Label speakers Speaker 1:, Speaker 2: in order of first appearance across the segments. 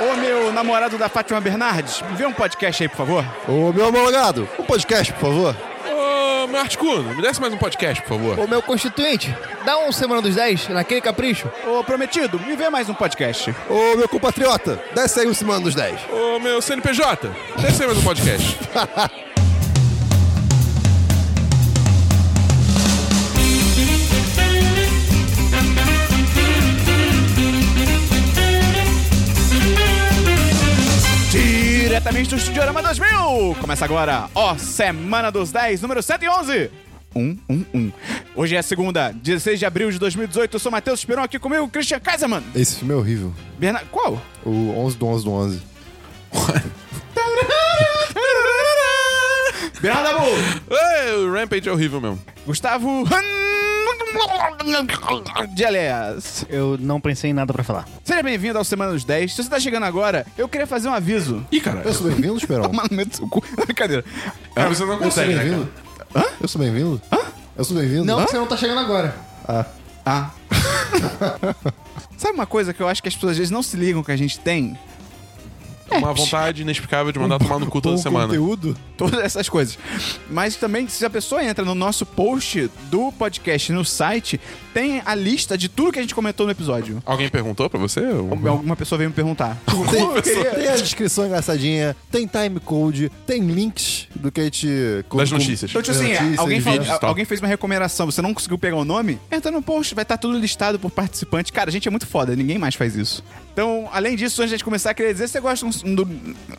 Speaker 1: Alô, meu namorado da Fátima Bernardes, me vê um podcast aí, por favor.
Speaker 2: Ô, meu homologado, um podcast, por favor.
Speaker 3: Ô, meu articuno, me desce mais um podcast, por favor.
Speaker 4: Ô, meu constituinte, dá um Semana dos 10 naquele capricho.
Speaker 1: Ô, prometido, me vê mais um podcast.
Speaker 2: Ô, meu compatriota, desce aí um semana dos 10.
Speaker 3: Ô, meu CNPJ, desce aí mais um podcast.
Speaker 1: Diretamente do Estudiorama 2000! Começa agora, ó, Semana dos 10, número 111! 111. Hoje é segunda, 16 de abril de 2018. Eu sou Matheus Esperon aqui comigo, Christian Kaiserman.
Speaker 2: Esse filme é horrível.
Speaker 1: Bernardo. Qual?
Speaker 2: O 11 do 11 do 11.
Speaker 1: Bernardo Abu!
Speaker 3: Ei, o Rampage é horrível mesmo.
Speaker 1: Gustavo. De aliás.
Speaker 4: Eu não pensei em nada pra falar.
Speaker 1: Seja bem-vindo ao Semana dos 10. Se você tá chegando agora, eu queria fazer um aviso.
Speaker 3: Ih, cara.
Speaker 2: Eu sou bem-vindo, Esperão.
Speaker 1: Mano, meu seu cu. Brincadeira.
Speaker 3: cara, você não
Speaker 2: Eu sou
Speaker 3: consegue, né, cara?
Speaker 2: bem-vindo. Eu sou bem-vindo? Eu sou bem-vindo?
Speaker 4: Não, porque você não tá chegando agora.
Speaker 1: Ah. Sabe uma coisa que eu acho que as pessoas às vezes não se ligam que a gente tem?
Speaker 3: Uma vontade inexplicável de mandar tomar no cu toda
Speaker 2: Um Pouco
Speaker 3: semana.
Speaker 2: conteúdo.
Speaker 1: Todas essas coisas. Mas também, se a pessoa entra no nosso post do podcast no site, tem a lista de tudo que a gente comentou no episódio.
Speaker 3: Alguém perguntou pra você? Um-
Speaker 1: Alguma pessoa veio me perguntar.
Speaker 2: Tem, tem a descrição engraçadinha, tem time code, tem links do que a gente...
Speaker 3: Das notícias.
Speaker 1: Então, tipo assim,
Speaker 2: Notícias,
Speaker 1: alguém, falou-
Speaker 3: vídeos e tal.
Speaker 1: alguém fez uma recomendação, você não conseguiu pegar o nome? Entra no post, vai estar tudo listado por participante. Cara, a gente é muito foda, ninguém mais faz isso. Então, além disso, antes de começar, queria dizer se você gosta um- do.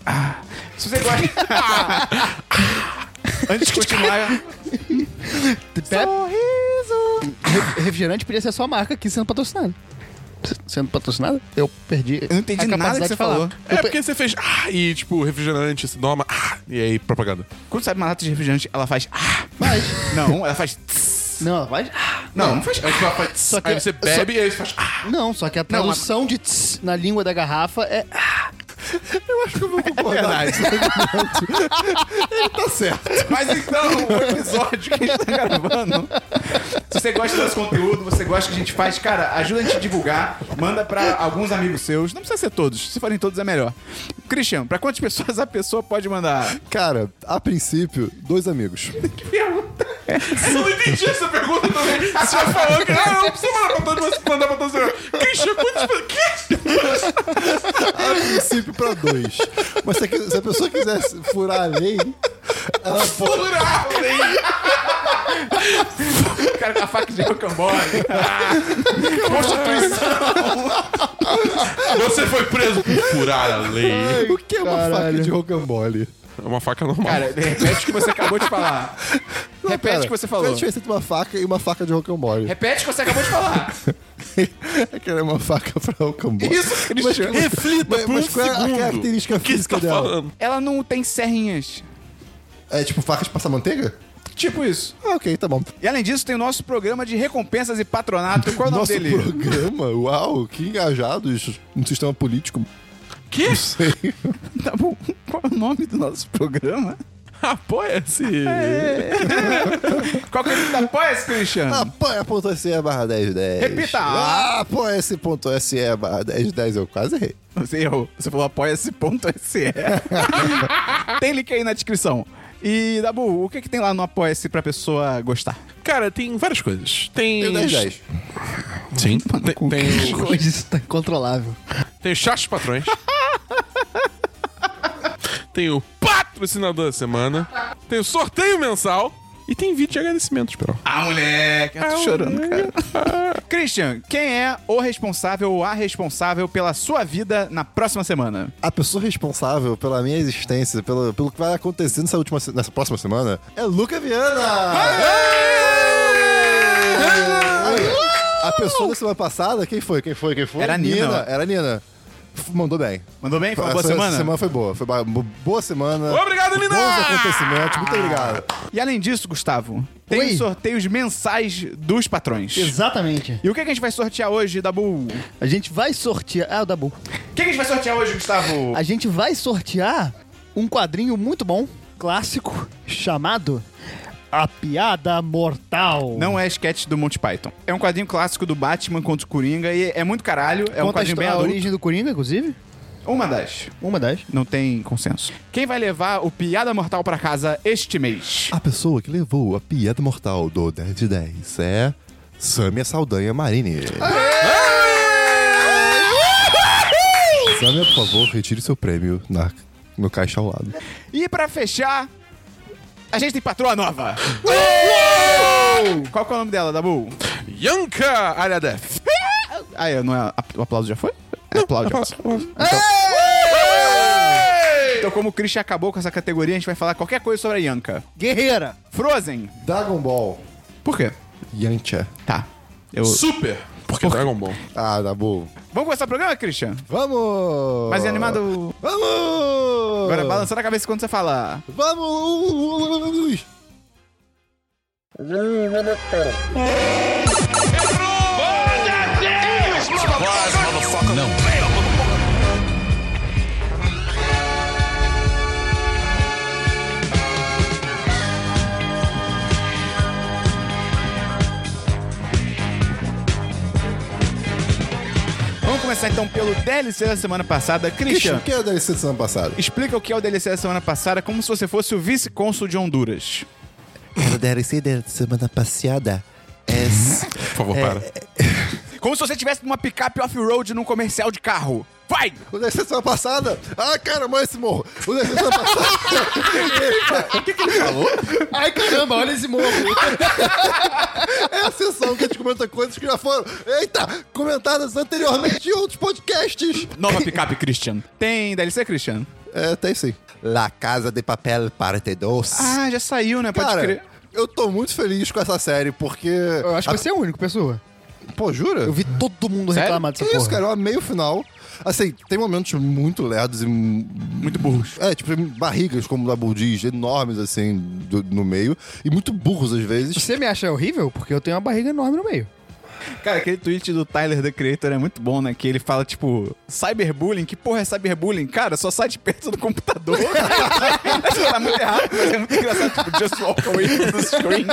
Speaker 1: Ah, se você gosta. antes de continuar. um Sorriso!
Speaker 4: Re- refrigerante podia ser só a marca aqui sendo patrocinada. S- Sendo patrocinada? Eu perdi.
Speaker 1: Eu não entendi
Speaker 4: a
Speaker 1: nada que
Speaker 4: capacidade
Speaker 1: você
Speaker 4: de falar.
Speaker 1: falou.
Speaker 3: É porque você fez, ah, e tipo, refrigerante, se doma, ah, e aí, propaganda.
Speaker 1: Quando sabe uma lata de refrigerante, ela faz. Ah,
Speaker 4: Mas,
Speaker 1: não, ela faz. tss.
Speaker 4: não, ela faz.
Speaker 1: Não, não faz.
Speaker 3: Aí, tipo, ela faz,
Speaker 4: Só que-
Speaker 3: aí você
Speaker 4: só-
Speaker 3: bebe e aí você faz, ah,
Speaker 4: Não, só que a tradução de tss na língua da garrafa é.
Speaker 1: É Verdade.
Speaker 2: Tá certo.
Speaker 1: Mas então, o episódio que a gente tá gravando. Se você gosta desse conteúdo, você gosta que a gente faz, cara, ajuda a gente a divulgar, manda pra alguns amigos seus. Não precisa ser todos, se forem todos é melhor. Christian, pra quantas pessoas a pessoa pode mandar?
Speaker 2: Cara, a princípio, dois amigos.
Speaker 1: É.
Speaker 3: Eu não entendi essa pergunta também. Você já falou que ah, não precisa mandar pra todos, mas mandar pra todos. Christian, quantos. Que?
Speaker 2: A princípio, pra dois. Mas se a, se a pessoa quiser furar a lei, ela pode...
Speaker 3: Plural, hein?
Speaker 1: O cara com a faca de rocambole.
Speaker 3: Ah. Você foi preso por furar a lei.
Speaker 2: O que é uma faca
Speaker 4: Caralho.
Speaker 2: de rocambole?
Speaker 3: É uma faca normal.
Speaker 1: Cara, repete o que você acabou de falar. Repete o que você falou.
Speaker 2: Qual a diferença entre uma faca e uma faca de rocambole?
Speaker 1: Repete o que você acabou de falar.
Speaker 2: É que ela é uma faca pra rocambole.
Speaker 1: Isso, Christian.
Speaker 3: reflita
Speaker 2: mas, tipo,
Speaker 3: por
Speaker 2: mas
Speaker 3: um
Speaker 2: qual é
Speaker 3: segundo.
Speaker 2: a característica
Speaker 3: o que você
Speaker 2: física
Speaker 3: tá
Speaker 2: dela?
Speaker 3: falando?
Speaker 1: Ela não tem serrinhas.
Speaker 2: É tipo faca de passar manteiga?
Speaker 1: Tipo isso.
Speaker 2: Ah, ok, tá bom.
Speaker 1: E além disso, tem o nosso programa de recompensas e patronato. Qual é o nome
Speaker 2: Nosso
Speaker 1: dele?
Speaker 2: programa, uau, que engajados no sistema político.
Speaker 3: Que?
Speaker 1: Tá bom. Qual é o nome do nosso programa?
Speaker 3: é Apoia-se.
Speaker 2: É.
Speaker 1: Qual que é o nome da apoia-se, Christian?
Speaker 2: Apoia.se barra 1010.
Speaker 1: Repita!
Speaker 2: Apoia.se barra 1010, eu quase errei.
Speaker 1: Você errou. Você falou apoia-se.se. tem link aí na descrição. E, Dabu, o que, que tem lá no apoia-se pra pessoa gostar?
Speaker 3: Cara, tem várias coisas. Tem.
Speaker 2: E o 1010.
Speaker 3: Sim. Tem, tem, o-
Speaker 4: Hoje isso tá incontrolável.
Speaker 3: tem o Chá dos Patrões. tem o Patrocinador da Semana. Tem o Sorteio Mensal. E tem vídeo de agradecimento, Esperão.
Speaker 1: Ah, moleque! Eu tô chorando, cara. Christian, quem é o responsável ou a responsável pela sua vida na próxima semana?
Speaker 2: A pessoa responsável pela minha existência, pelo, pelo que vai acontecer nessa, última, se- nessa próxima semana, é Luca Viana! A pessoa da semana passada, quem foi? Quem foi? Quem foi?
Speaker 1: Era a Nina.
Speaker 2: Era a Nina. F- Mandou bem.
Speaker 1: Mandou bem? Foi uma boa
Speaker 2: Essa
Speaker 1: semana?
Speaker 2: semana foi boa. Foi ba- bo- boa semana.
Speaker 3: Obrigado, Nina!
Speaker 2: Bons acontecimentos. Muito obrigado.
Speaker 1: E além disso, Gustavo, tem
Speaker 4: Oi.
Speaker 1: os sorteios mensais dos patrões.
Speaker 4: Exatamente.
Speaker 1: E o que, que a gente vai sortear hoje, Dabu?
Speaker 4: A gente vai sortear. Ah, o Dabu.
Speaker 1: O que, que a gente vai sortear hoje, Gustavo?
Speaker 4: A gente vai sortear um quadrinho muito bom, clássico, chamado A Piada Mortal.
Speaker 1: Não é sketch do Monty Python. É um quadrinho clássico do Batman contra o Coringa e é muito caralho. É um
Speaker 4: Conta a
Speaker 1: quadrinho
Speaker 4: histó-
Speaker 1: bem
Speaker 4: a
Speaker 1: adulto.
Speaker 4: origem do Coringa, inclusive.
Speaker 1: Uma das.
Speaker 4: Uma das.
Speaker 1: Não tem consenso. Quem vai levar o Piada Mortal pra casa este mês?
Speaker 2: A pessoa que levou a piada mortal do 10 de 10 é. Samia Saldanha Marini. Samia, por favor, retire seu prêmio na, no caixa ao lado.
Speaker 1: E pra fechar, a gente tem patroa nova. Qual que é o nome dela, Dabu?
Speaker 3: Yanka Aradef.
Speaker 1: Ah, eu não é, o aplauso já foi? É aplauso. já foi. Então, como o Christian acabou com essa categoria, a gente vai falar qualquer coisa sobre a Yanka.
Speaker 4: Guerreira.
Speaker 1: Frozen.
Speaker 2: Dragon Ball.
Speaker 1: Por quê?
Speaker 2: Yancha.
Speaker 1: Tá. Eu...
Speaker 3: Super. Porque Dragon Ball.
Speaker 2: Ah, tá bom.
Speaker 1: Vamos começar o programa, Christian?
Speaker 2: Vamos!
Speaker 1: Mas é animado.
Speaker 2: Vamos!
Speaker 1: Agora é balançando a cabeça quando você fala.
Speaker 2: Vamos!
Speaker 1: Vamos começar então pelo DLC da semana passada.
Speaker 2: Christian,
Speaker 1: Christian,
Speaker 2: o que é a DLC da semana passada?
Speaker 1: explica o que é o DLC da semana passada, como se você fosse o vice-cônsul de Honduras.
Speaker 2: A DLC da semana passada é.
Speaker 3: Por favor, para.
Speaker 1: Como se você tivesse numa picape off-road num comercial de carro. Vai!
Speaker 2: O DLC da semana passada. Ah, cara, mãe, esse morro. O DLC da semana passada. O que, que ele falou?
Speaker 4: Ai, caramba, olha esse morro.
Speaker 2: É a sessão que a gente comenta coisas que já foram, eita, comentadas anteriormente em outros podcasts.
Speaker 1: Nova picape, Christian. Tem DLC, Christian?
Speaker 2: É, tem sim. La Casa de Papel Parte 2.
Speaker 1: Ah, já saiu, né? Pode
Speaker 2: cara,
Speaker 1: crer.
Speaker 2: eu tô muito feliz com essa série, porque...
Speaker 4: Eu acho que você é a única pessoa.
Speaker 2: Pô, jura?
Speaker 4: Eu vi todo mundo
Speaker 1: Sério?
Speaker 4: reclamar dessa
Speaker 2: Que isso,
Speaker 4: porra.
Speaker 2: cara, eu amei o final. Assim, tem momentos muito lerdos e... Muito burros. É, tipo, tem barrigas, como o Dabu diz, enormes, assim, do- no meio. E muito burros, às vezes.
Speaker 4: Você me acha horrível? Porque eu tenho uma barriga enorme no meio.
Speaker 1: Cara, aquele tweet do Tyler, The Creator, é muito bom, né? Que ele fala, tipo, cyberbullying? Que porra é cyberbullying? Cara, só sai de perto do computador. Isso tá muito errado, mas é muito engraçado. Tipo, just walk away from the screen.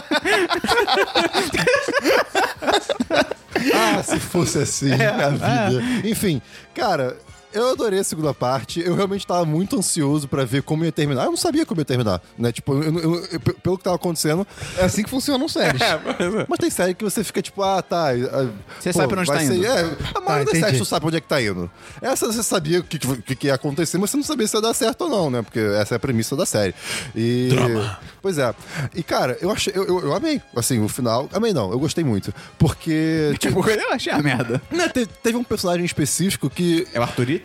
Speaker 2: Ah, se fosse assim
Speaker 1: É.
Speaker 2: na vida. Enfim, cara, eu adorei a segunda parte. Eu realmente tava muito ansioso pra ver como ia terminar. Eu não sabia como ia terminar, né? Tipo, eu- eu- eu- pe- pelo que tava acontecendo.
Speaker 4: É assim que funcionam séries.
Speaker 2: Mas tem série que você fica tipo, ah, tá. ah,
Speaker 1: É, Você sabe pra onde
Speaker 2: vai
Speaker 1: tá
Speaker 2: ser-
Speaker 1: indo.
Speaker 2: É, a maioria das
Speaker 4: entendi.
Speaker 2: séries tu sabe onde é que tá indo. Essa você sabia o que, que, que ia acontecer, mas você não sabia se ia dar certo ou não, né? Porque essa é a premissa da série. E. Pois é. E, cara, eu achei. Eu, eu, eu amei. Assim, o final. Amei não, eu gostei muito. Porque.
Speaker 1: tipo, eu achei a merda.
Speaker 2: Não, te- teve um personagem específico que.
Speaker 1: É o Arthurito?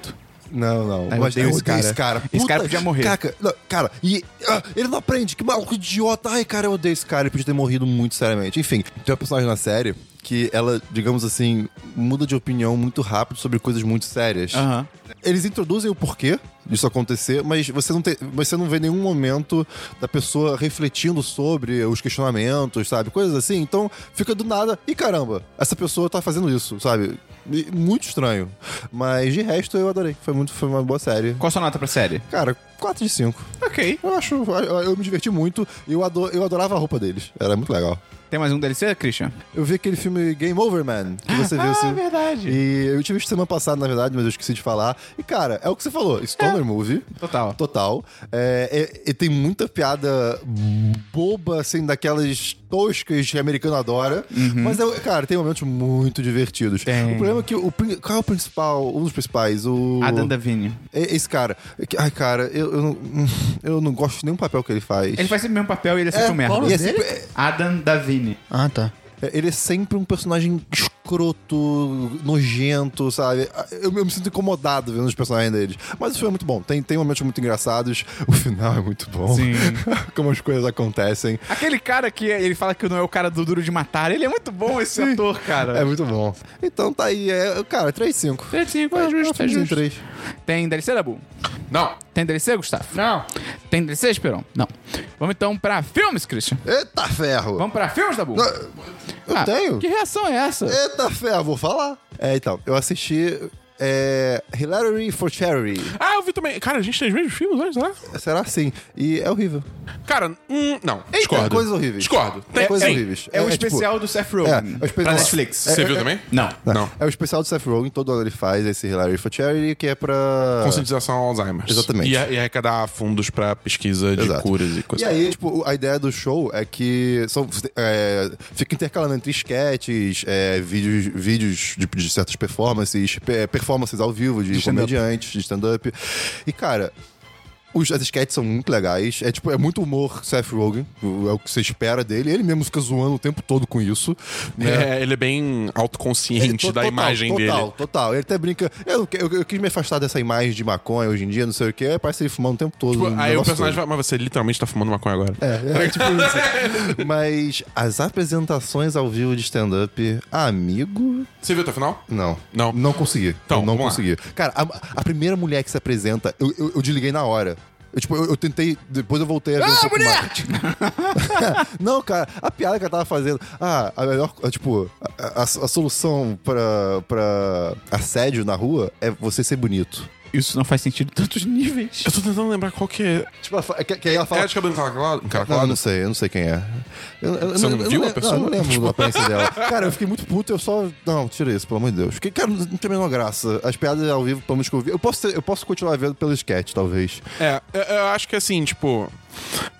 Speaker 2: Não, não.
Speaker 1: eu odeio esse cara.
Speaker 2: esse cara.
Speaker 1: Esse cara
Speaker 2: Puta-
Speaker 1: podia morrer.
Speaker 2: Caca, não, cara, e ah, ele não aprende. Que maluco idiota. Ai, cara, eu odeio esse cara. Ele podia ter morrido muito seriamente. Enfim, tem uma personagem na série que ela, digamos assim, muda de opinião muito rápido sobre coisas muito sérias.
Speaker 1: Aham.
Speaker 2: Eles introduzem o porquê disso acontecer, mas você não, tem, você não vê nenhum momento da pessoa refletindo sobre os questionamentos, sabe? Coisas assim. Então fica do nada. E caramba, essa pessoa tá fazendo isso, sabe? E Muito estranho. Mas de resto eu adorei. Foi, muito, foi uma boa série.
Speaker 1: Qual a sua nota pra série?
Speaker 2: Cara, 4 de 5.
Speaker 1: Ok.
Speaker 2: Eu acho. Eu, eu me diverti muito. Eu, ado- eu adorava a roupa deles. Era muito legal.
Speaker 1: Tem mais um DLC, Christian?
Speaker 2: Eu vi aquele filme Game Over Man, que você viu.
Speaker 1: Ah,
Speaker 2: assim,
Speaker 1: verdade.
Speaker 2: E eu tive visto semana passada, na verdade, mas eu esqueci de falar. E, cara, é o que você falou. Stoner Movie.
Speaker 1: Total.
Speaker 2: Total. É, é- e tem muita piada boba, assim, daquelas toscas que americano adora. Mas, é, cara, tem momentos muito divertidos.
Speaker 1: Uhum. Tem.
Speaker 2: O problema é que... O, prin- qual é o principal? Um dos principais? O...
Speaker 1: Adam Davine.
Speaker 2: É- Esse cara. É que- Ai, cara, eu, eu, não, eu não gosto de nenhum papel que ele faz.
Speaker 1: Ele faz sempre o mesmo papel e ele é sempre um merda.
Speaker 4: Paulo-
Speaker 2: E é
Speaker 4: dele?
Speaker 2: sempre- é-
Speaker 1: Adam Davine.
Speaker 4: Ah, tá.
Speaker 2: ele é sempre um personagem escroto, nojento, sabe? Eu, eu me sinto incomodado vendo os personagens deles. Mas o filme é muito bom. Tem, tem momentos muito engraçados. O final é muito bom.
Speaker 1: Sim.
Speaker 2: Como as coisas acontecem.
Speaker 1: Aquele cara que ele fala que não é o cara do Duro de Matar, ele é muito bom esse
Speaker 2: Sim.
Speaker 1: ator, cara.
Speaker 2: É muito bom. Então tá aí. É, cara, 3-5.
Speaker 1: É, sim, é justo, é justo.
Speaker 2: 3.
Speaker 1: Tem DLC, Dabu?
Speaker 3: Não.
Speaker 1: Tem DLC, Gustavo?
Speaker 4: Não.
Speaker 1: Tem DLC, Esperão? Não. Vamos então pra filmes, Christian.
Speaker 2: Eita ferro!
Speaker 1: Vamos pra filmes, Dabu? Ah,
Speaker 2: eu tenho?
Speaker 1: Que reação é essa?
Speaker 2: Eita ferro, vou falar. É, então, eu assisti. É, Hilary for Charity.
Speaker 3: Ah, eu eu vi também. Cara, a gente tem os mesmos filmes hoje, né?
Speaker 2: Será sim. E é horrível. É
Speaker 3: Cara, hum, não. Discordo.
Speaker 2: coisas horríveis.
Speaker 3: Discordo.
Speaker 2: Tem coisas
Speaker 3: tem.
Speaker 2: horríveis.
Speaker 1: É, o
Speaker 2: tipo,
Speaker 1: especial do Seth Rogen.
Speaker 2: é, é o espe-
Speaker 1: pra
Speaker 2: não,
Speaker 1: Netflix.
Speaker 3: Você
Speaker 2: É,
Speaker 3: viu
Speaker 2: é,
Speaker 3: também?
Speaker 1: Não.
Speaker 2: não,
Speaker 3: Não.
Speaker 2: É o especial do Seth Rogen, todo ano ele faz esse Hilary for Charity, que é pra.
Speaker 3: Conscientização ao Alzheimer.
Speaker 2: Exatamente.
Speaker 3: E, a- e arrecadar fundos pra pesquisa de
Speaker 2: Exato.
Speaker 3: curas e coisas.
Speaker 2: E aí, tipo, o- a ideia do show é que são, é, fica intercalando entre sketches, é, vídeos, vídeos de, de certas performances, pe- performances ao vivo de,
Speaker 1: stand-up.
Speaker 2: comediantes, de stand-up. E, cara, os, as sketches são muito legais. É, tipo, é muito humor Seth Rogen, o- é o que você espera dele. Ele mesmo fica zoando o tempo todo com isso. Né?
Speaker 3: É, ele é bem autoconsciente
Speaker 2: É, to-
Speaker 3: da
Speaker 2: total,
Speaker 3: imagem
Speaker 2: total,
Speaker 3: dele.
Speaker 2: Total, total. Ele até brinca. Eu, não que- eu- eu quis me afastar dessa imagem de maconha hoje em dia, não sei o que. Parece ele fumando o tempo todo. no
Speaker 3: Tipo, aí o
Speaker 2: um negócio
Speaker 3: personagem
Speaker 2: todo.
Speaker 3: fala, mas você literalmente tá fumando maconha agora.
Speaker 2: É, é tipo isso. Mas as apresentações ao vivo de stand-up, amigo.
Speaker 3: Você viu até o final?
Speaker 2: Não.
Speaker 3: Não.
Speaker 2: Não consegui.
Speaker 3: Então,
Speaker 2: eu não
Speaker 3: vamos lá.
Speaker 2: consegui. Cara, a, a primeira mulher que se apresenta, eu, eu, eu desliguei na hora. Eu, tipo, eu, eu tentei, depois eu voltei a ver. um pouco mais. não, cara, a piada que ela tava fazendo. Ah, a melhor. a, Tipo, a, a- a solução pra, pra assédio na rua é você ser bonito.
Speaker 1: Isso não faz sentido em tantos níveis.
Speaker 3: Eu tô tentando lembrar qual que é.
Speaker 2: Tipo, ela fa- que, que aí ela fala.
Speaker 3: É de cabelo encaracolado?
Speaker 2: Não, eu
Speaker 3: encaracolado?
Speaker 2: não sei, eu não sei quem é. Eu- eu- eu
Speaker 3: Você não
Speaker 2: eu
Speaker 3: viu a
Speaker 2: lembro-
Speaker 3: pessoa? Tipo
Speaker 2: Não, eu não lembro da aparência dela. Cara, eu fiquei muito puto, eu só. Não, tira isso, pelo amor de Deus. Porque, cara, não tem a menor graça. As piadas ao vivo, pelo menos que eu vi. Eu posso, ter- eu posso continuar vendo pelo sketch, talvez.
Speaker 3: É, eu, eu acho que assim, tipo.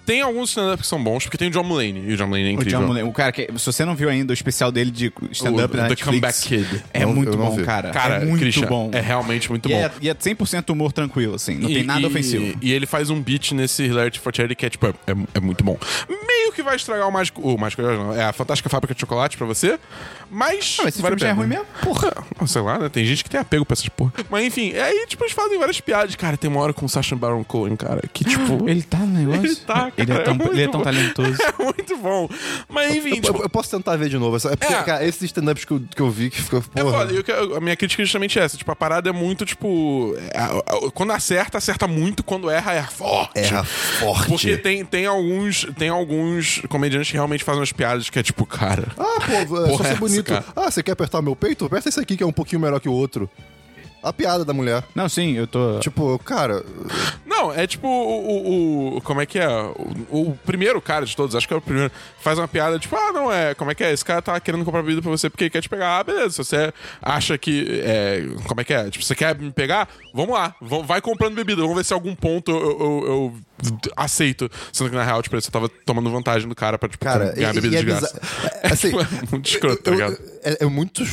Speaker 3: Tem alguns stand-up que são bons, porque tem o John Mulaney. E o John Mulaney é
Speaker 1: O,
Speaker 3: incrível.
Speaker 1: John Mulaney, o cara que. Se você não viu ainda o especial dele de stand-up
Speaker 3: O-
Speaker 1: na
Speaker 3: The
Speaker 1: Netflix,
Speaker 3: Comeback Kid.
Speaker 1: É
Speaker 2: Não,
Speaker 1: muito
Speaker 2: eu não
Speaker 1: bom,
Speaker 2: vi.
Speaker 1: cara.
Speaker 3: Cara,
Speaker 1: é muito
Speaker 3: Christian,
Speaker 1: bom.
Speaker 3: É realmente muito
Speaker 1: E
Speaker 3: bom.
Speaker 1: é, e é 100% humor tranquilo, assim. Não
Speaker 3: E-
Speaker 1: tem nada
Speaker 3: e-
Speaker 1: ofensivo.
Speaker 3: E ele faz um beat nesse Hilarity for Charity que é, tipo, é, é- é muito bom. Meio que vai estragar o Mágico... O Mágico não, é a Fantástica Fábrica de Chocolate pra você, mas...
Speaker 1: Não, esse
Speaker 3: vale
Speaker 1: filme já
Speaker 3: a
Speaker 1: é
Speaker 3: pena.
Speaker 1: ruim mesmo?
Speaker 3: Porra, não, sei lá, né? Tem gente que tem apego pra essas porra. Mas enfim, aí, tipo, eles fazem várias piadas. Cara, tem uma hora com o Sacha Baron Cohen, cara, que, tipo...
Speaker 1: Ele tá no negócio?
Speaker 3: Ele tá, cara,
Speaker 1: Ele é tão,
Speaker 3: é muito
Speaker 1: ele é tão
Speaker 3: bom.
Speaker 1: talentoso.
Speaker 3: é muito bom. Mas enfim,
Speaker 2: eu,
Speaker 3: tipo...
Speaker 2: eu- eu posso tentar ver de novo. É porque,
Speaker 3: É.
Speaker 2: cara, esses stand-ups que eu, que eu vi que ficou.
Speaker 3: É
Speaker 2: porra.
Speaker 3: foda, e o que- a minha crítica é justamente essa. Tipo, a parada é muito, tipo. é, a- a- quando acerta, acerta muito, quando erra, erra forte.
Speaker 2: Erra forte.
Speaker 3: Porque tem, tem alguns tem alguns comediantes que realmente fazem umas piadas que é tipo, cara.
Speaker 2: Ah, pô, é só
Speaker 3: Porra,
Speaker 2: ser
Speaker 3: essa,
Speaker 2: bonito.
Speaker 3: cara.
Speaker 2: ah, você quer apertar meu peito? Aperta esse aqui que é um pouquinho melhor que o outro. A piada da mulher.
Speaker 1: Não, sim, eu tô.
Speaker 2: Tipo, cara,
Speaker 3: Não, é tipo o. o- o- como é que é? O, o primeiro cara de todos, acho que é o primeiro, faz uma piada tipo, ah, não, é. Como é que é? Esse cara tá querendo comprar bebida pra você porque ele quer te pegar. Ah, beleza. Se você acha que. é, como é que é? Tipo, você quer me pegar? Vamos lá. Vão- vai comprando bebida. Vamos ver se em algum ponto eu, eu- eu aceito. Sendo que na real, tipo, você tava tomando vantagem do cara pra, tipo,
Speaker 2: Cara,
Speaker 3: ganhar
Speaker 2: e-
Speaker 3: bebida
Speaker 2: e é
Speaker 3: de graça.
Speaker 2: bizarro. É, assim,
Speaker 3: Tipo, é muito escroto, tá
Speaker 2: eu-
Speaker 3: ligado?
Speaker 2: É, é muito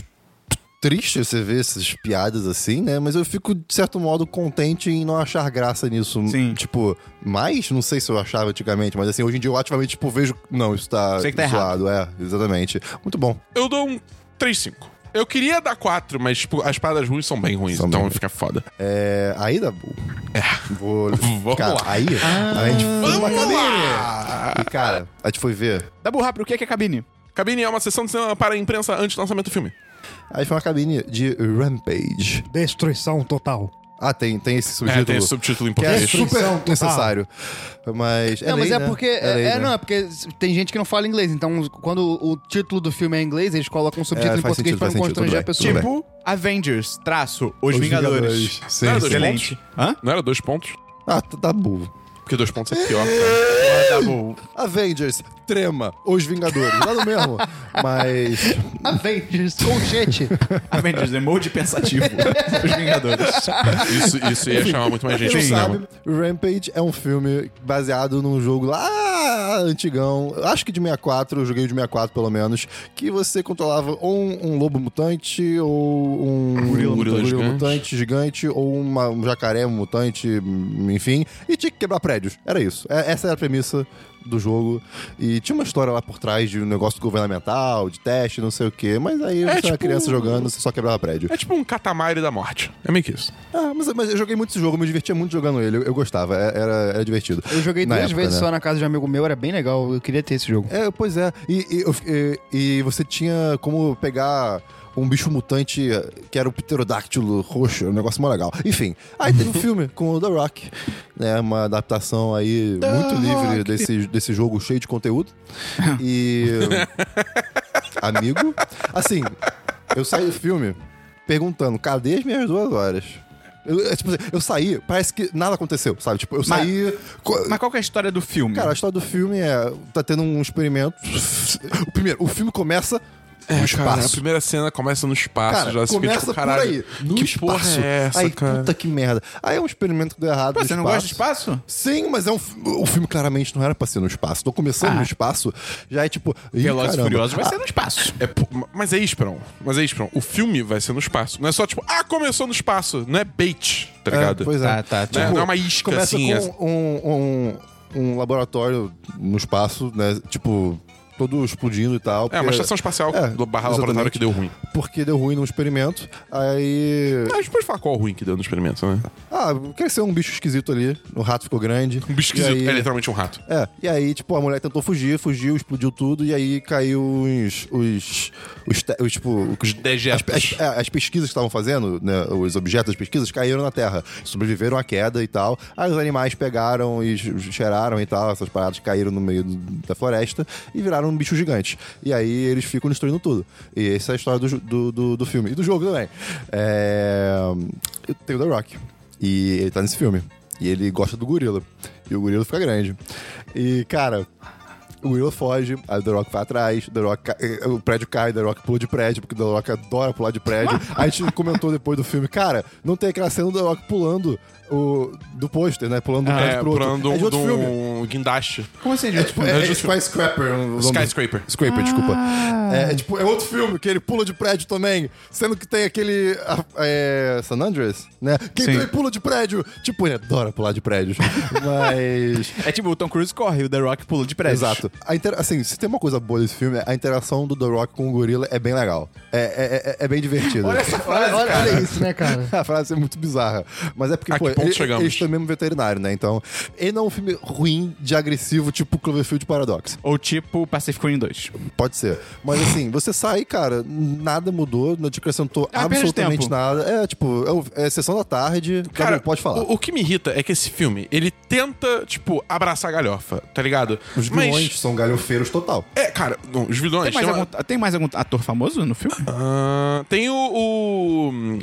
Speaker 2: triste você ver essas piadas assim, né? Mas eu fico, de certo modo, contente em não achar graça nisso.
Speaker 1: Sim.
Speaker 2: Tipo, mais, não sei se eu achava antigamente, mas assim, hoje em dia eu ativamente, tipo, vejo. Não, isso tá,
Speaker 1: Sei que tá
Speaker 2: zoado. É, exatamente. Muito bom.
Speaker 3: Eu dou um 3-5. Eu queria dar 4, mas, tipo, as paradas ruins são bem ruins,
Speaker 2: São
Speaker 3: então
Speaker 2: bem.
Speaker 3: fica foda.
Speaker 2: É, aí dá bom. É. Vou...
Speaker 3: Vamos
Speaker 2: cara,
Speaker 3: lá. Ah.
Speaker 2: Aí, a gente foi numa cabine. E, cara, a gente foi ver.
Speaker 1: Dá burra pro que que é cabine?
Speaker 3: Cabine é uma sessão de cinema para a imprensa antes do lançamento do filme.
Speaker 2: Aí foi uma cabine de Rampage.
Speaker 4: Destruição total.
Speaker 2: Ah, tem, tem esse subtítulo.
Speaker 3: É, assim. tem esse subtítulo em
Speaker 2: Que é
Speaker 3: português.
Speaker 4: Destruição
Speaker 2: super
Speaker 4: total.
Speaker 2: necessário. Mas.
Speaker 4: não, mas
Speaker 2: lei,
Speaker 4: é
Speaker 2: né?
Speaker 4: porque. É,
Speaker 2: lei,
Speaker 4: é,
Speaker 2: né?
Speaker 4: não, é porque s- tem gente que não fala inglês. Então, quando o título do filme é em inglês, eles colocam o subtítulo
Speaker 2: É,
Speaker 4: em
Speaker 2: faz
Speaker 4: português
Speaker 2: sentido,
Speaker 4: pra
Speaker 2: faz
Speaker 4: não
Speaker 2: sentido, tudo
Speaker 4: constranger a
Speaker 2: bem, tudo
Speaker 4: pessoa.
Speaker 1: Tipo, Avengers, traço, Os,
Speaker 2: Os
Speaker 1: Vingadores.
Speaker 2: Vingadores. Sim,
Speaker 3: Não era
Speaker 2: sim.
Speaker 3: dois
Speaker 1: Excelente.
Speaker 3: pontos?
Speaker 1: Hã?
Speaker 3: Não era dois pontos?
Speaker 2: Ah, tá, tá burro.
Speaker 3: Porque dois pontos é pior. cara.
Speaker 1: Tá bom.
Speaker 2: Avengers, Trema, Os Vingadores. Nada mesmo. Mas.
Speaker 4: Avengers, Oh, colchete.
Speaker 1: Avengers, emoji pensativo. Os Vingadores.
Speaker 3: Isso, isso ia chamar muito mais gente
Speaker 2: Quem
Speaker 3: no
Speaker 2: não
Speaker 3: cinema.
Speaker 2: sabe, Rampage é um filme baseado num jogo lá antigão, acho que de 64, eu joguei o de 64 pelo menos, que você controlava ou um, um lobo mutante, ou um
Speaker 3: Gorila mutante.
Speaker 2: mutante gigante, ou uma- um jacaré mutante, hum, enfim, e tinha que quebrar prédios. Era isso. É- essa era a premissa do jogo. E tinha uma história lá por trás de um negócio governamental, de teste, não sei o quê, mas aí você era
Speaker 3: tipo-
Speaker 2: criança jogando, você só quebrava prédio.
Speaker 3: É tipo um catamari da morte. É meio que isso.
Speaker 2: Ah, mas, mas eu joguei muito esse jogo, me divertia muito jogando ele. Eu, eu gostava, é- era, era divertido.
Speaker 4: Eu joguei
Speaker 2: Na
Speaker 4: duas
Speaker 2: época,
Speaker 4: vezes
Speaker 2: né?
Speaker 4: só na casa de um amigo meu, era bem legal. Eu queria ter esse jogo.
Speaker 2: É, pois é. E, e eu fi- e- e você tinha como pegar um bicho mutante que era o pterodáctilo roxo, um negócio mó legal. Enfim, aí teve um filme com o The Rock, né? Uma adaptação aí muito livre desse, desse jogo cheio de conteúdo. E. amigo. Assim, eu saí do filme perguntando: cadê as minhas duas horas? Eu, é, tipo assim, eu saí, parece que nada aconteceu, sabe? Tipo, eu
Speaker 1: Mas-
Speaker 2: saí. co-
Speaker 1: Mas qual que é a história do filme?
Speaker 2: Cara, a história do filme é. Tá tendo um experimento. O primeiro, o filme começa
Speaker 3: Um
Speaker 2: no
Speaker 3: É, Cara, a
Speaker 2: espaço.
Speaker 3: primeira cena começa no espaço.
Speaker 2: Cara,
Speaker 3: já se fica,
Speaker 2: começa
Speaker 3: tipo,
Speaker 2: por
Speaker 3: caralho,
Speaker 2: aí. No
Speaker 3: que
Speaker 2: espaço.
Speaker 3: porra é essa,
Speaker 2: aí,
Speaker 3: cara?
Speaker 2: puta que merda. Aí é um experimento que deu errado.
Speaker 1: Pô,
Speaker 2: no
Speaker 1: você não
Speaker 2: espaço.
Speaker 1: gosta de espaço?
Speaker 2: Sim, mas é um, fi- o filme claramente não era pra ser no espaço. Tô começando
Speaker 1: Ah.
Speaker 2: no espaço, já é tipo. ih,
Speaker 1: Velozes e
Speaker 2: caramba. Ah,
Speaker 1: Furiosos vai ser no espaço.
Speaker 3: É, pô, ma- mas é isso, Esperão. Mas é isso, Esperão. O filme vai ser no espaço. Não é só tipo, ah, começou no espaço. Não é bait, tá
Speaker 2: É,
Speaker 3: ligado?
Speaker 2: pois é.
Speaker 1: Tá, tá, tá.
Speaker 3: Não é uma isca,
Speaker 2: começa
Speaker 3: assim,
Speaker 2: com
Speaker 3: essa-
Speaker 2: um, um, um laboratório no espaço, né? Tipo, todo explodindo e tal.
Speaker 3: É, uma estação espacial
Speaker 2: É,
Speaker 3: do barra laboratório
Speaker 2: exatamente.
Speaker 3: que deu ruim.
Speaker 2: Porque deu ruim no experimento. Aí.
Speaker 3: Ah, a gente pode falar qual o ruim que deu no experimento, né?
Speaker 2: Ah, cresceu um bicho esquisito ali. O rato ficou grande.
Speaker 3: Um bicho esquisito.
Speaker 2: E
Speaker 3: É
Speaker 2: aí-
Speaker 3: literalmente um rato.
Speaker 2: É, e aí, tipo, a mulher tentou fugir, fugiu, explodiu tudo, e aí caiu os. os. os, te- os, tipo.
Speaker 3: Os
Speaker 2: As,
Speaker 3: dejetos.
Speaker 2: as- é, as pesquisas que estavam fazendo, né, os objetos das pesquisas, caíram na Terra. Sobreviveram à queda e tal. Aí os animais pegaram e ch- cheiraram e tal, essas paradas caíram no meio do- da floresta e viraram um bicho gigante. E aí eles ficam destruindo tudo. E essa é a história do, jo- do, do, do filme. E do jogo também. É... Tem o The Rock. E ele tá nesse filme. E ele gosta do gorila. E o gorila fica grande. E, cara, o Will foge, aí o The Rock vai atrás, o, The Rock ca- eh, o prédio cai, o The Rock pula de prédio, porque o The Rock adora pular de prédio. a gente comentou depois do filme, cara, não tem aquela cena do The Rock pulando o, do pôster, né? Pulando do prédio
Speaker 3: É,
Speaker 2: pro outro.
Speaker 3: pulando
Speaker 2: é de
Speaker 3: um, de
Speaker 2: outro filme.
Speaker 3: um guindaste.
Speaker 1: Como assim, gente? Tipo,
Speaker 2: É, é,
Speaker 3: de outro filme.
Speaker 2: Skyscraper. um- o nome do-
Speaker 3: Skyscraper.
Speaker 2: Scraper, desculpa. É, é tipo, é outro filme que ele pula de prédio também, sendo que tem aquele a- é, San Andreas, né? Que
Speaker 1: Sim.
Speaker 2: ele pula de prédio. Tipo, ele adora pular de prédios. Mas...
Speaker 1: É tipo, o Tom Cruise corre e o The Rock pula de prédio.
Speaker 2: Exato. É, A inter- Assim, se tem uma coisa boa desse filme, a interação do The Rock com o gorila é bem legal. É, é, é- é bem divertido.
Speaker 1: Olha essa frase,
Speaker 4: Olha, olha,
Speaker 1: cara.
Speaker 4: olha isso, né, cara?
Speaker 2: A frase é muito bizarra. Mas é porque,
Speaker 3: A
Speaker 2: pô,
Speaker 3: que ponto
Speaker 2: ele,
Speaker 3: chegamos?
Speaker 2: eles também é um veterinário, né? Então, ele não é um filme ruim de agressivo, tipo Cloverfield Paradox.
Speaker 1: Ou tipo, Pacific Rim 2.
Speaker 2: Pode ser. Mas assim, você sai, cara, nada mudou, não te acrescentou
Speaker 1: É uma perda de
Speaker 2: absolutamente
Speaker 1: tempo.
Speaker 2: nada. É, tipo, é o- é, sessão da tarde, cara, pode falar.
Speaker 3: O, o que me irrita é que esse filme, ele tenta, tipo, abraçar a galhofa, tá ligado?
Speaker 2: Os vilões são galhofeiros total.
Speaker 3: É, cara, não, os vilões.
Speaker 1: Tem mais,
Speaker 3: tem uma-
Speaker 1: algum, tem mais algum ator famoso no filme?
Speaker 3: Ah, tem o, o-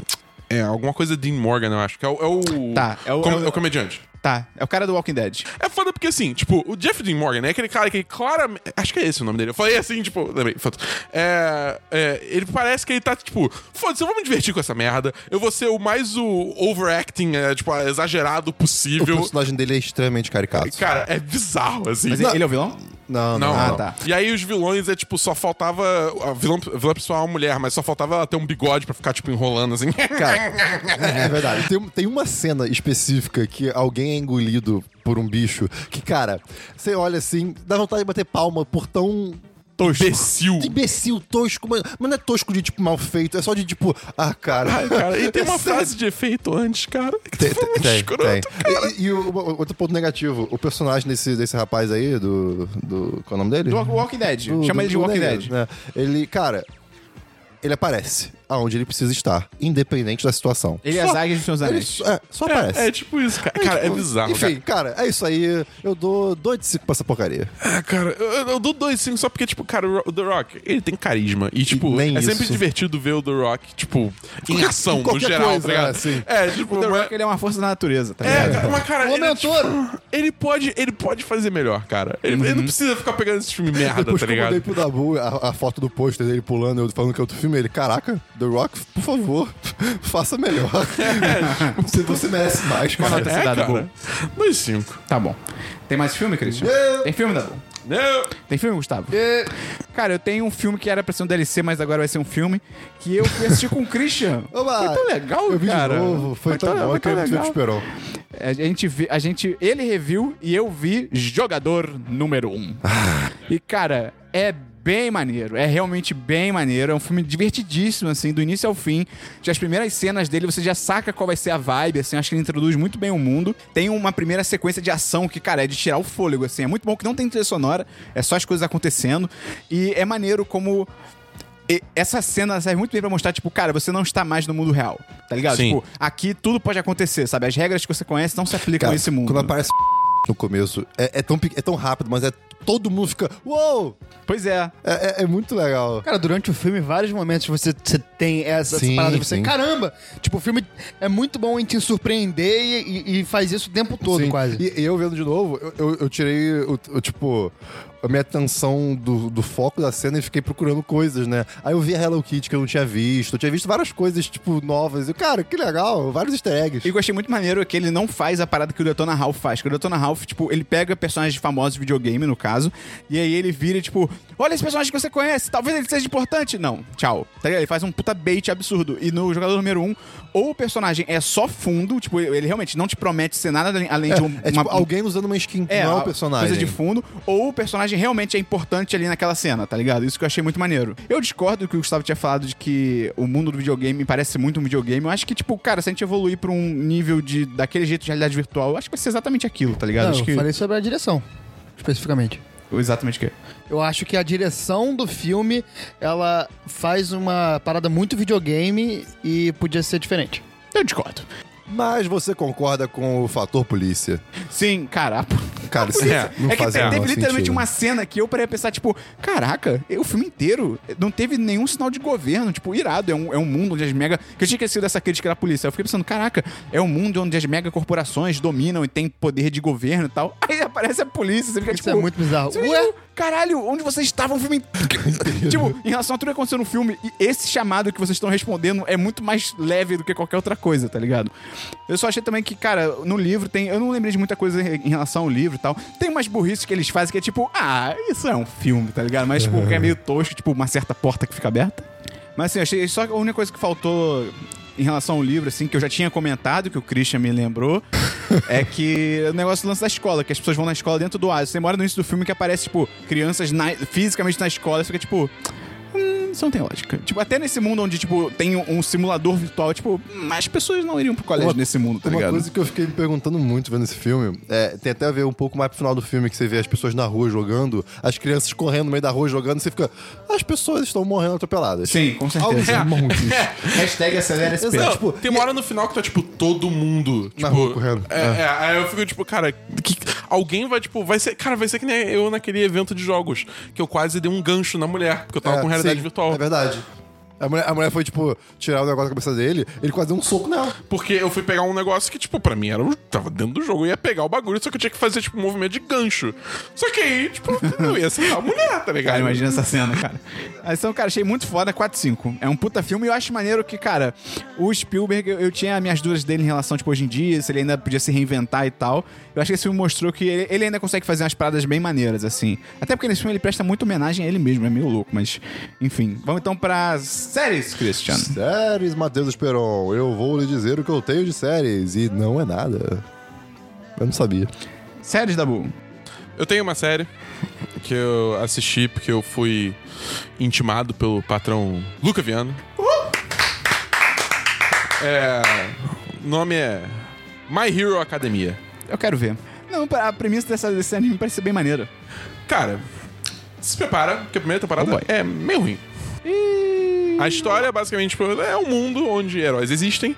Speaker 3: É, alguma coisa Dean Morgan, eu acho. Que é o. É o
Speaker 1: Tá, é o-
Speaker 3: com-
Speaker 1: é o-
Speaker 3: é o comediante.
Speaker 1: Tá, é o cara do Walking Dead.
Speaker 3: É foda porque, assim, tipo, o Jeff Dean Morgan é aquele cara que claramente. Acho que é esse o nome dele. Eu falei assim, tipo. Lembrei, foda-se. É, é, ele parece que ele tá, tipo, foda-se, eu vou me divertir com essa merda. Eu vou ser o mais o overacting, é, tipo, exagerado
Speaker 2: O
Speaker 3: possível.
Speaker 2: personagem dele é extremamente caricato.
Speaker 3: Cara, é bizarro, assim.
Speaker 1: Mas
Speaker 3: Não,
Speaker 1: ele é o vilão?
Speaker 2: Não, não.
Speaker 3: Não,
Speaker 1: Ah,
Speaker 3: não.
Speaker 1: tá.
Speaker 3: E aí os vilões é tipo, só faltava. A vilã, a vilã principal é uma mulher, mas só faltava ela ter um bigode pra ficar, tipo, enrolando assim.
Speaker 2: É verdade. Tem, tem uma cena específica que alguém é engolido por um bicho que, cara, você olha assim, dá vontade de bater palma por tão.
Speaker 3: Tosco. Imbecil.
Speaker 2: Imbecil, tosco, mas, mas não é tosco de tipo mal feito, é só de tipo, ah, cara.
Speaker 3: Cara, e tem
Speaker 2: É
Speaker 3: uma
Speaker 2: sério.
Speaker 3: frase de efeito antes, cara. Que
Speaker 2: Tem,
Speaker 3: foi muito
Speaker 2: tem,
Speaker 3: escroto,
Speaker 2: tem.
Speaker 3: cara.
Speaker 2: E, e o- o- outro ponto negativo, o personagem desse, desse rapaz aí, do, do. Qual é o nome dele?
Speaker 1: Do Walking Dead. Chama
Speaker 2: Do- do-
Speaker 1: ele de
Speaker 2: do
Speaker 1: Walking
Speaker 2: negro,
Speaker 1: Dead.
Speaker 2: né? Ele, cara, ele aparece aonde ele precisa estar, independente da situação.
Speaker 1: Ele é a
Speaker 2: Só-
Speaker 1: zaga de seus
Speaker 2: Ele
Speaker 1: anéis.
Speaker 2: só, é, só aparece.
Speaker 3: É, é tipo isso, cara. Cara, é
Speaker 2: tipo,
Speaker 3: bizarro.
Speaker 2: Enfim, cara. é isso aí. Eu dou 2 de 5 pra essa porcaria.
Speaker 3: cara. É, cara, eu, eu- eu dou dois sim só porque, tipo, cara, o Ro- o The Rock, ele tem carisma. E, tipo,
Speaker 2: nem
Speaker 3: é sempre
Speaker 2: isso.
Speaker 3: divertido ver o The Rock, tipo, em
Speaker 2: Qualquer-
Speaker 3: ação,
Speaker 2: em
Speaker 3: no
Speaker 2: qualquer
Speaker 3: geral,
Speaker 2: coisa,
Speaker 3: tá ligado?
Speaker 2: né, assim.
Speaker 3: É, tipo,
Speaker 1: The
Speaker 3: mas-
Speaker 1: Rock, ele é uma força da natureza, tá
Speaker 3: É,
Speaker 1: ligado?
Speaker 3: cara, mas, cara,
Speaker 4: Ô,
Speaker 3: ele,
Speaker 4: meu
Speaker 3: tipo,
Speaker 4: touro!
Speaker 3: ele pode, ele pode fazer melhor, cara. Ele, ele não precisa ficar pegando esse filme merda,
Speaker 2: Uhum. Depois
Speaker 3: tá
Speaker 2: que eu mandei
Speaker 3: ligado?
Speaker 2: pro Dabu a, a foto do pôster dele pulando, eu falando que é outro filme, ele, caraca, The Rock, por favor, faça melhor. você, você merece mais,
Speaker 1: Qual a
Speaker 2: cara.
Speaker 1: nota? cidade,
Speaker 3: É, cara. 2,5.
Speaker 1: Tá bom. Tem mais filme, Cristian?
Speaker 2: É.
Speaker 1: Tem filme, Dabu? Tem filme, Gustavo? Cara, eu tenho um filme que era pra ser um DLC, mas agora vai ser um filme que eu fui assistir com o Christian.
Speaker 2: Oba!
Speaker 1: Foi tão legal,
Speaker 2: Eu vi
Speaker 1: cara.
Speaker 2: de novo, foi, tão bom, eu
Speaker 1: foi tão
Speaker 2: queria dizer
Speaker 1: tá legal. É,
Speaker 2: que
Speaker 1: A
Speaker 2: esperou.
Speaker 1: gente vi, a gente, ele reviu e eu vi jogador número um. E cara, é bem maneiro, é realmente bem maneiro, é um filme divertidíssimo assim, do início ao fim. Já as primeiras cenas dele você já saca qual vai ser a vibe, assim, acho que ele introduz muito bem o mundo. Tem uma primeira sequência de ação que, cara, é de tirar o fôlego assim. É muito bom que não tem trilha sonora, é só as coisas acontecendo e é maneiro como e essa cena serve muito bem pra mostrar, tipo, cara, você não está mais no mundo real, tá ligado?
Speaker 3: Sim.
Speaker 1: Tipo, aqui tudo pode acontecer, sabe? As regras que você conhece não se aplicam
Speaker 2: Cara,
Speaker 1: a esse mundo.
Speaker 2: Quando aparece no começo. É, é tão, pe- é tão rápido, mas é todo mundo fica. Uou!
Speaker 1: Pois é.
Speaker 2: É, é- é muito legal.
Speaker 4: Cara, durante o filme, em vários momentos você, você tem essa,
Speaker 2: Sim,
Speaker 4: essa parada de você,
Speaker 2: sim.
Speaker 4: caramba! Tipo, o filme é muito bom em te surpreender e, e- e faz isso o tempo todo,
Speaker 2: Sim.
Speaker 4: quase.
Speaker 2: E, e eu vendo de novo, eu, eu- eu tirei, o o, tipo, a minha atenção do, do foco da cena e fiquei procurando coisas, né? Aí eu vi a Hello Kitty que eu não tinha visto, eu tinha visto várias coisas, tipo, novas. E, cara, que legal, vários easter eggs.
Speaker 1: E o que eu achei muito maneiro é que ele não faz a parada que o Detona Ralph faz. Que o Detona Ralph, tipo, ele pega personagens famosos de videogame, no caso, e aí ele vira, tipo, olha esse personagem que você conhece, talvez ele seja importante. Não, tchau. Tá ligado? Ele faz um puta bait absurdo. E no jogador número um, ou o personagem é só fundo, tipo, ele realmente não te promete ser nada além- além de um,
Speaker 2: é tipo
Speaker 1: uma-
Speaker 2: alguém usando uma skin, não é
Speaker 1: a-
Speaker 2: o personagem.
Speaker 1: Coisa de fundo, ou o personagem realmente é importante ali naquela cena, tá ligado? Isso que eu achei muito maneiro. Eu discordo do que o Gustavo tinha falado de que o mundo do videogame parece muito um videogame. Eu acho que, tipo, cara, se a gente evoluir pra um nível de daquele jeito de realidade virtual, eu acho que vai ser exatamente aquilo, tá ligado?
Speaker 4: Não,
Speaker 1: acho
Speaker 4: eu
Speaker 1: que.
Speaker 4: falei sobre a direção, especificamente.
Speaker 1: Exatamente o quê?
Speaker 4: Eu acho que a direção do filme, ela faz uma parada muito videogame e podia ser diferente.
Speaker 1: Eu discordo.
Speaker 2: Mas você concorda com o fator polícia.
Speaker 1: Sim, cara.
Speaker 2: Cara, isso
Speaker 3: É,
Speaker 2: não
Speaker 1: é que
Speaker 2: faz
Speaker 1: te-
Speaker 2: o menor
Speaker 1: teve literalmente
Speaker 2: sentido.
Speaker 1: uma cena que eu parei a pensar, tipo, caraca, o filme inteiro não teve nenhum sinal de governo, tipo, irado. É um, é um mundo onde as mega. Que eu tinha esquecido dessa crítica da polícia. Eu fiquei pensando, caraca, é um mundo onde as mega corporações dominam e tem poder de governo e tal. Aí aparece a polícia, você fica
Speaker 4: Isso
Speaker 1: tipo.
Speaker 4: é muito bizarro.
Speaker 1: Você fica,
Speaker 4: Ué?
Speaker 1: tipo, Caralho, onde vocês estavam o filme. inteiro?" tipo, em relação a tudo que aconteceu no filme, e esse chamado que vocês estão respondendo é muito mais leve do que qualquer outra coisa, tá ligado? Eu só achei também que, cara, no livro tem. Eu não lembrei de muita coisa em em relação ao livro e tal. Tem umas burrices que eles fazem que é tipo, ah, isso é um filme, tá ligado? Mas, tipo, que é meio tosco, tipo, uma certa porta que fica aberta. Mas assim, eu achei só que a única coisa que faltou em relação ao livro, assim, que eu já tinha comentado, que o Christian me lembrou, é que o negócio do lance da escola, que as pessoas vão na escola dentro do oásis. Você mora no início do filme que aparece, tipo, crianças na- fisicamente na escola, e fica tipo. Hum, isso não tem lógica. Tipo, até nesse mundo onde, tipo, tem um, um simulador virtual, tipo, hum, as pessoas não iriam pro colégio
Speaker 2: Uma-
Speaker 1: nesse mundo, tá
Speaker 2: Uma
Speaker 1: ligado?
Speaker 2: coisa que eu fiquei me perguntando muito vendo esse filme, é, tem até a ver um pouco mais pro final do filme que você vê as pessoas na rua jogando, as crianças correndo no meio da rua jogando, você fica. As pessoas estão morrendo atropeladas.
Speaker 1: Sim, com
Speaker 2: Aos
Speaker 1: certeza.
Speaker 2: montes.
Speaker 1: Hashtag acelera esse
Speaker 2: Exato.
Speaker 1: peso.
Speaker 3: Não,
Speaker 2: tipo,
Speaker 3: tem uma hora no final que tá, tipo, todo mundo. Tipo,
Speaker 2: Na rua correndo.
Speaker 3: É, é, aí eu fico, tipo, cara, que- alguém vai, tipo, vai ser. Cara, vai ser que nem eu naquele evento de jogos, que eu quase dei um gancho na mulher, porque eu tava
Speaker 2: É,
Speaker 3: com realidade
Speaker 2: sim,
Speaker 3: virtual.
Speaker 2: É verdade. A mulher, a mulher foi, tipo, tirar o negócio da cabeça dele, ele quase deu um soco nela.
Speaker 3: Porque eu fui pegar um negócio que, tipo, pra mim era. o- Tava dentro do jogo, eu ia pegar o bagulho, só que eu tinha que fazer, tipo, um movimento de gancho. Só que aí, tipo, eu ia acertar a mulher, tá ligado?
Speaker 1: Cara, imagina essa cena, cara. Mas, Então, cara, achei muito foda 4-5. É um puta filme e eu acho maneiro que, cara, o Spielberg, eu, eu tinha minhas dúvidas dele em relação, tipo, hoje em dia, se ele ainda podia se reinventar e tal. Eu acho que esse filme mostrou que ele, ele ainda consegue fazer umas paradas bem maneiras, assim. Até porque nesse filme ele presta muita homenagem a ele mesmo, é meio louco, mas. Enfim. Vamos então pra séries, Christian.
Speaker 2: Séries, Matheus Esperon, eu vou lhe dizer o que eu tenho de séries. E não é nada. Eu não sabia.
Speaker 1: Séries, Dabu.
Speaker 3: Eu tenho uma série que eu assisti porque eu fui intimado pelo patrão Luca Viana. É, o nome é My Hero Academia.
Speaker 1: Eu quero ver. Não, a premissa dessa, desse anime parece ser bem maneira.
Speaker 3: Cara, se prepara, porque a primeira temporada
Speaker 1: Oh, boy.
Speaker 3: é meio ruim. A história, basicamente, tipo, é um mundo onde heróis existem.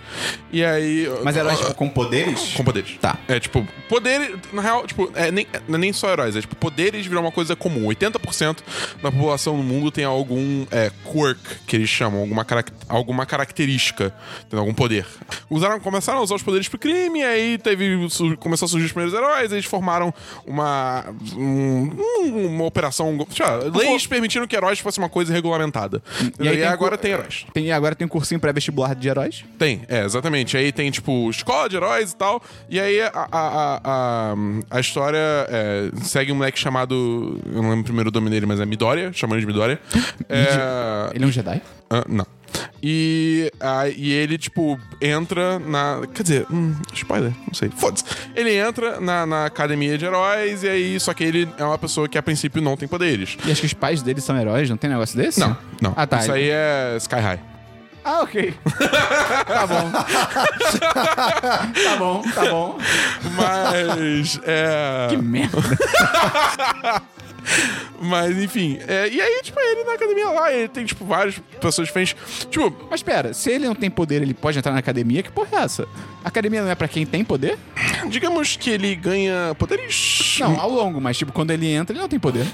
Speaker 3: E aí.
Speaker 1: Mas heróis, tipo, com poderes?
Speaker 3: Com poderes.
Speaker 1: Tá.
Speaker 3: É tipo, poder. Na real, tipo, é nem, é nem só heróis, é tipo, poderes virar uma coisa comum. 80% da população no mundo tem algum é, quirk, que eles chamam, alguma, carac- alguma característica, tem algum poder. Usaram, começaram a usar os poderes pro crime, e aí teve, su- começou a surgir os primeiros heróis, eles formaram uma. um- um- uma operação. sei lá, leis permitiram que heróis fosse uma coisa regulamentada. E,
Speaker 1: aí
Speaker 3: aí,
Speaker 1: tem
Speaker 3: agora
Speaker 1: co-
Speaker 3: tem heróis.
Speaker 1: Tem, agora tem um cursinho pré-vestibular de heróis.
Speaker 3: Tem, é, exatamente. Aí tem, tipo, escola de heróis e tal. E aí a, a, a, a, a história é, segue um moleque chamado. Eu não lembro o primeiro nome dele, mas é Midoriya, chamando ele de Midoriya. É,
Speaker 1: Ele é um Jedi?
Speaker 3: ah, não. E, ah, e ele, tipo, entra na. Quer dizer, hum, spoiler, não sei. Foda-se. Ele entra na, na academia de heróis, e aí. Só que ele é uma pessoa que a princípio não tem poderes.
Speaker 1: E acho que os pais dele são heróis, não tem negócio desse?
Speaker 3: Não, não.
Speaker 1: Ah, tá.
Speaker 3: Isso aí é Sky High.
Speaker 1: Ah, ok. tá bom. tá bom, tá bom.
Speaker 3: Mas. É...
Speaker 1: Que merda.
Speaker 3: Mas, enfim. é, e aí, tipo, ele na academia lá, ele tem, tipo, várias pessoas diferentes. Tipo,
Speaker 1: Mas pera, se ele não tem poder, ele pode entrar na academia? Que porra é essa? A academia não é pra quem tem poder?
Speaker 3: digamos que ele ganha poderes.
Speaker 1: Não, ao longo, mas tipo, quando ele entra, ele não tem poder.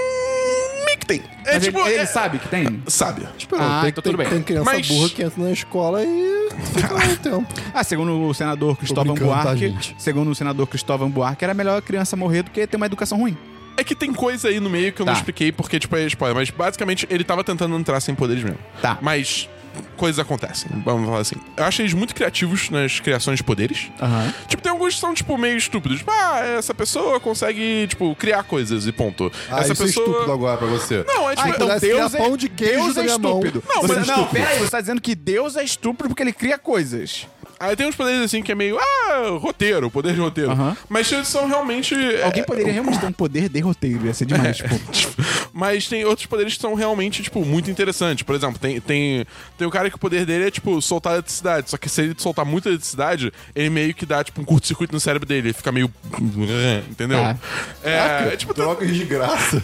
Speaker 3: Hum, meio que tem. É
Speaker 1: Mas
Speaker 3: tipo.
Speaker 1: ele, ele
Speaker 3: é-
Speaker 1: sabe que tem?
Speaker 3: Sabe.
Speaker 2: Tipo,
Speaker 1: Ah,
Speaker 2: tem,
Speaker 1: então
Speaker 2: tem-
Speaker 1: tudo bem.
Speaker 2: tem criança
Speaker 3: Mas-
Speaker 2: burra que entra na escola e fica lá um tempo.
Speaker 1: Ah, segundo o senador Cristóvão
Speaker 2: brincando, tá,
Speaker 1: Buarque,
Speaker 2: gente?
Speaker 1: segundo o senador Cristóvão Buarque, era melhor a criança morrer do que ter uma educação ruim.
Speaker 3: É que tem coisa aí no meio que eu não
Speaker 1: Tá.
Speaker 3: expliquei porque, tipo, é spoiler. Mas basicamente ele tava tentando entrar sem poderes mesmo.
Speaker 1: Tá.
Speaker 3: Mas coisas acontecem, vamos falar assim. Eu acho eles muito criativos nas criações de poderes.
Speaker 1: Aham.
Speaker 3: Tipo, tem alguns que são, tipo, meio estúpidos. Tipo, ah, essa pessoa consegue, tipo, criar coisas e ponto.
Speaker 2: Ah,
Speaker 3: essa
Speaker 2: isso é estúpido agora pra você.
Speaker 3: Não, é tipo.
Speaker 1: Ah, então
Speaker 2: pudesse
Speaker 1: Deus é,
Speaker 2: criar pão de queijo
Speaker 1: Deus
Speaker 2: da
Speaker 1: é
Speaker 2: minha mão.
Speaker 1: estúpido.
Speaker 3: Não,
Speaker 1: você,
Speaker 3: mas é
Speaker 1: não
Speaker 3: estúpido.
Speaker 1: peraí, você tá dizendo que Deus é estúpido porque ele cria coisas.
Speaker 3: Aí tem uns poderes assim que é meio, ah, roteiro, poder de roteiro.
Speaker 1: Aham.
Speaker 3: Mas eles são realmente.
Speaker 1: Alguém
Speaker 3: é,
Speaker 1: poderia realmente ter um poder de roteiro, ia ser demais, tipo.
Speaker 3: Tipo, Mas tem outros poderes que são realmente, tipo, muito interessantes. Por exemplo, tem, tem, tem um cara que o poder dele é, tipo, soltar eletricidade. Só que se ele soltar muita eletricidade, ele meio que dá, tipo, um curto-circuito no cérebro dele. Ele fica meio... Entendeu?
Speaker 1: Tá.
Speaker 3: É, é, tipo... tem-
Speaker 2: Drogas de graça.